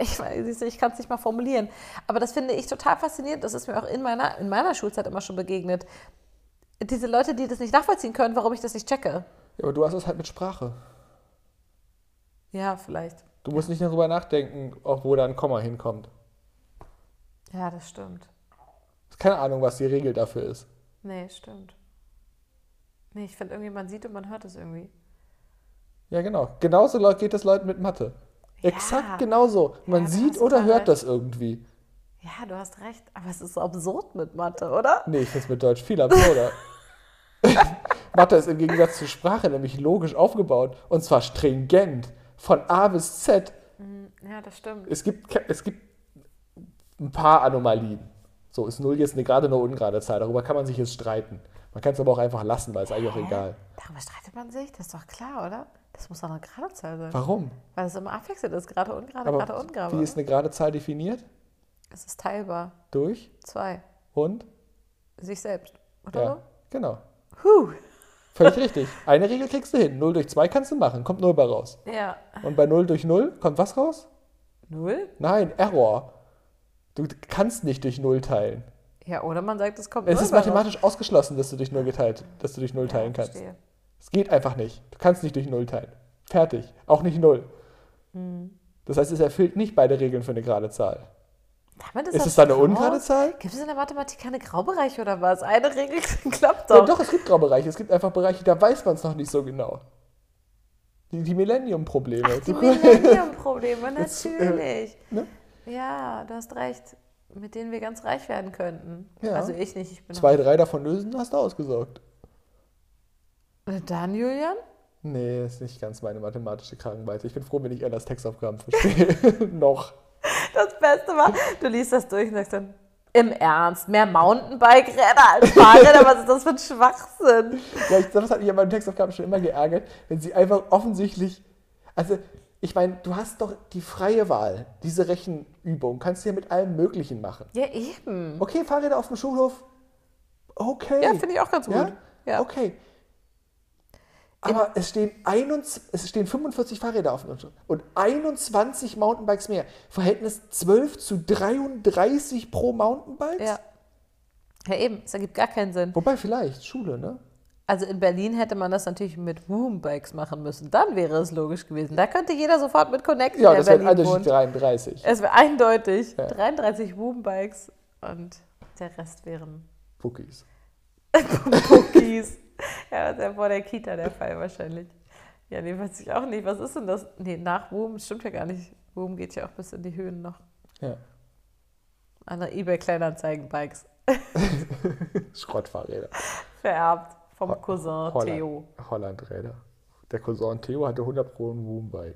Speaker 4: ich weiß nicht, ich kann es nicht mal formulieren, aber das finde ich total faszinierend. Das ist mir auch in meiner, in meiner Schulzeit immer schon begegnet. Diese Leute, die das nicht nachvollziehen können, warum ich das nicht checke.
Speaker 5: Ja, aber du hast es halt mit Sprache.
Speaker 4: Ja, vielleicht.
Speaker 5: Du musst nicht darüber nachdenken, auch wo da ein Komma hinkommt.
Speaker 4: Ja, das stimmt.
Speaker 5: Keine Ahnung, was die Regel dafür ist.
Speaker 4: Nee, stimmt. Nee, ich finde irgendwie, man sieht und man hört es irgendwie.
Speaker 5: Ja, genau. Genauso laut geht es Leuten mit Mathe.
Speaker 4: Ja.
Speaker 5: Exakt genauso. Man
Speaker 4: du hast
Speaker 5: sieht oder
Speaker 4: total
Speaker 5: hört das irgendwie.
Speaker 4: Ja, du hast recht, aber es ist so absurd mit Mathe, oder?
Speaker 5: Nee, ich find's mit Deutsch viel absurder. <laughs> Mathe ist im Gegensatz zur Sprache nämlich logisch aufgebaut und zwar stringent. Von A bis Z.
Speaker 4: Ja, das stimmt.
Speaker 5: Es gibt, ke- es gibt ein paar Anomalien. So ist Null jetzt eine gerade eine ungerade Zahl. Darüber kann man sich jetzt streiten. Man kann es aber auch einfach lassen, weil es eigentlich auch egal.
Speaker 4: Darüber streitet man sich, das ist doch klar, oder? Das muss doch eine gerade Zahl sein.
Speaker 5: Warum?
Speaker 4: Weil es immer abwechselnd ist, gerade ungerade,
Speaker 5: Ah. Aber
Speaker 4: gerade ungerade.
Speaker 5: wie ist eine gerade Zahl definiert?
Speaker 4: es ist teilbar.
Speaker 5: Durch
Speaker 4: Zwei.
Speaker 5: und?
Speaker 4: Sich selbst. Oder
Speaker 5: Ja, genau.
Speaker 4: so?
Speaker 5: Völlig richtig. Eine Regel kriegst du hin. 0 durch 2 kannst du machen. Kommt 0 bei raus.
Speaker 4: Huh. Ja.
Speaker 5: Und bei 0 durch 0 kommt was raus?
Speaker 4: Null?
Speaker 5: Nein, Error. Du kannst nicht durch 0 teilen.
Speaker 4: Ja, oder man sagt, es kommt
Speaker 5: Es
Speaker 4: null
Speaker 5: ist
Speaker 4: bei raus.
Speaker 5: mathematisch ausgeschlossen, dass du durch 0 geteilt, dass du durch 0 teilen kannst.
Speaker 4: Verstehe.
Speaker 5: Es geht einfach nicht. Du kannst nicht durch 0 teilen. Fertig. Auch nicht 0.
Speaker 4: Hm.
Speaker 5: Das heißt, es erfüllt nicht beide Regeln für eine gerade Zahl.
Speaker 4: Damit ist
Speaker 5: Ist
Speaker 4: das
Speaker 5: es dann eine
Speaker 4: raus.
Speaker 5: ungerade Zahl?
Speaker 4: Gibt es in der Mathematik keine Graubereiche oder was? Eine Regel <laughs> klappt
Speaker 5: Doch.
Speaker 4: doch.
Speaker 5: Ja, doch, es gibt Graubereiche. Es gibt einfach Bereiche, da weiß man es noch nicht so genau. Die, die Millennium-Probleme.
Speaker 4: Die Millennium-Probleme,
Speaker 5: <laughs> Das, äh,
Speaker 4: natürlich.
Speaker 5: ne?
Speaker 4: Ja, du hast recht. Mit denen wir ganz reich werden könnten.
Speaker 5: Ja.
Speaker 4: Also ich nicht, ich bin noch-
Speaker 5: Zwei, drei davon lösen, hast du ausgesorgt.
Speaker 4: Dann, Julian?
Speaker 5: Nee, ist nicht ganz meine mathematische Kragenweite. Ich bin froh, wenn ich Erlas Textaufgaben verstehe. <laughs> Noch.
Speaker 4: Das Beste war, du liest das durch und sagst dann, im Ernst, mehr Mountainbike-Räder als Fahrräder, was ist das für ein Schwachsinn?
Speaker 5: Ja, ich, das hat mich an meinen Textaufgaben schon immer geärgert, wenn sie einfach offensichtlich. Also, ich meine, du hast doch die freie Wahl. Diese Rechenübung kannst du ja mit allem Möglichen machen.
Speaker 4: Ja, eben.
Speaker 5: Okay, Fahrräder auf dem Schulhof. Okay.
Speaker 4: Ja, finde ich auch ganz gut. Ja.
Speaker 5: Okay. Aber es stehen, 21, es stehen 45 Fahrräder auf dem Schulhof und 21 Mountainbikes mehr. Verhältnis 12 zu 33 pro Mountainbikes?
Speaker 4: Ja. ja, eben, es ergibt gar keinen Sinn.
Speaker 5: Wobei vielleicht, Schule, ne?
Speaker 4: Also in Berlin hätte man das natürlich mit Woombikes machen müssen. Dann wäre es logisch gewesen. Da könnte jeder sofort mit connecten,
Speaker 5: Ja,
Speaker 4: der
Speaker 5: das
Speaker 4: in
Speaker 5: wären
Speaker 4: Berlin
Speaker 5: eindeutig
Speaker 4: wohnt.
Speaker 5: 33.
Speaker 4: Es wäre eindeutig.
Speaker 5: Ja.
Speaker 4: 33 Woombikes und der Rest wären
Speaker 5: Bookies.
Speaker 4: Cookies. <laughs> ja, das wäre vor der Kita der Fall wahrscheinlich. Ja, nee, weiß ich auch nicht. Was ist denn das? Nee, nach Woom stimmt ja gar nicht. Woom geht ja auch bis in die Höhen noch.
Speaker 5: Ja.
Speaker 4: Andere eBay-Kleinanzeigen-Bikes.
Speaker 5: Schrottfahrräder.
Speaker 4: Vererbt vom
Speaker 5: Ho-
Speaker 4: Cousin
Speaker 5: Holland-
Speaker 4: Theo.
Speaker 5: Hollandräder. Der Cousin Theo hatte 100 pro
Speaker 4: <laughs>
Speaker 5: ein Woombike.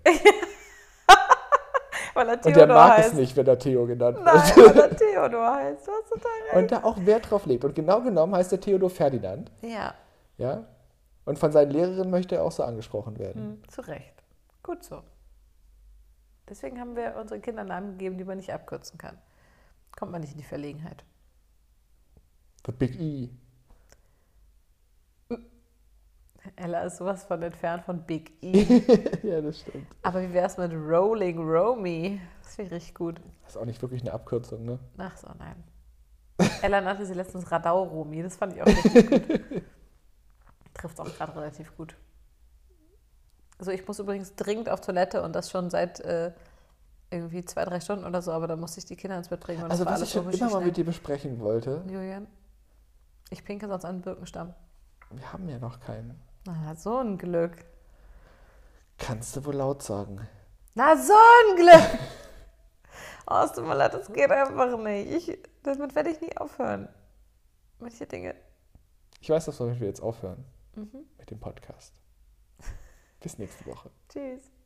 Speaker 4: Weil er
Speaker 5: Und der
Speaker 4: Theodor
Speaker 5: mag es
Speaker 4: heißt.
Speaker 5: nicht, wenn er Theo genannt wird. <laughs>
Speaker 4: Nein, weil er Theodor heißt. Du hast total recht.
Speaker 5: Und da auch Wert drauf legt. Und genau genommen heißt er Theodor Ferdinand.
Speaker 4: Ja,
Speaker 5: Ja? Und von seinen Lehrerinnen möchte er auch so angesprochen werden.
Speaker 4: hm, zu Recht. Gut so. Deswegen haben wir unseren Kindern Namen gegeben, die man nicht abkürzen kann. Kommt man nicht in die Verlegenheit.
Speaker 5: The Big E.
Speaker 4: <laughs> Ella ist sowas von entfernt von Big E.
Speaker 5: <laughs> ja, das stimmt.
Speaker 4: Aber wie wär's mit Rolling Romy? Das wäre richtig gut.
Speaker 5: Das ist auch nicht wirklich eine Abkürzung, ne?
Speaker 4: Ach so, nein. <laughs> Ella nannte sie letztens Radau Romy. Das fand ich auch richtig gut.
Speaker 5: <laughs>
Speaker 4: Trifft auch gerade relativ gut. Also ich muss übrigens dringend auf Toilette und das schon seit äh, irgendwie zwei, drei Stunden oder so, aber da musste ich die Kinder ins Bett bringen. Und
Speaker 5: Also,
Speaker 4: das war
Speaker 5: was
Speaker 4: alles
Speaker 5: ich schon
Speaker 4: irgendwie
Speaker 5: immer mal mit
Speaker 4: schnell.
Speaker 5: dir besprechen wollte,
Speaker 4: Julian, ich pinke sonst an den Birkenstamm.
Speaker 5: wir haben ja noch keinen.
Speaker 4: Na, so ein Glück.
Speaker 5: Kannst du wohl laut sagen. <laughs>
Speaker 4: Na, so ein Glück! Oh, es tut mir leid, das geht einfach nicht. Ich, damit werde ich nie aufhören. Manche Dinge.
Speaker 5: Ich
Speaker 4: Mhm.
Speaker 5: weiß, dass wir jetzt aufhören mit dem Podcast. Bis nächste Woche.
Speaker 4: Tschüss.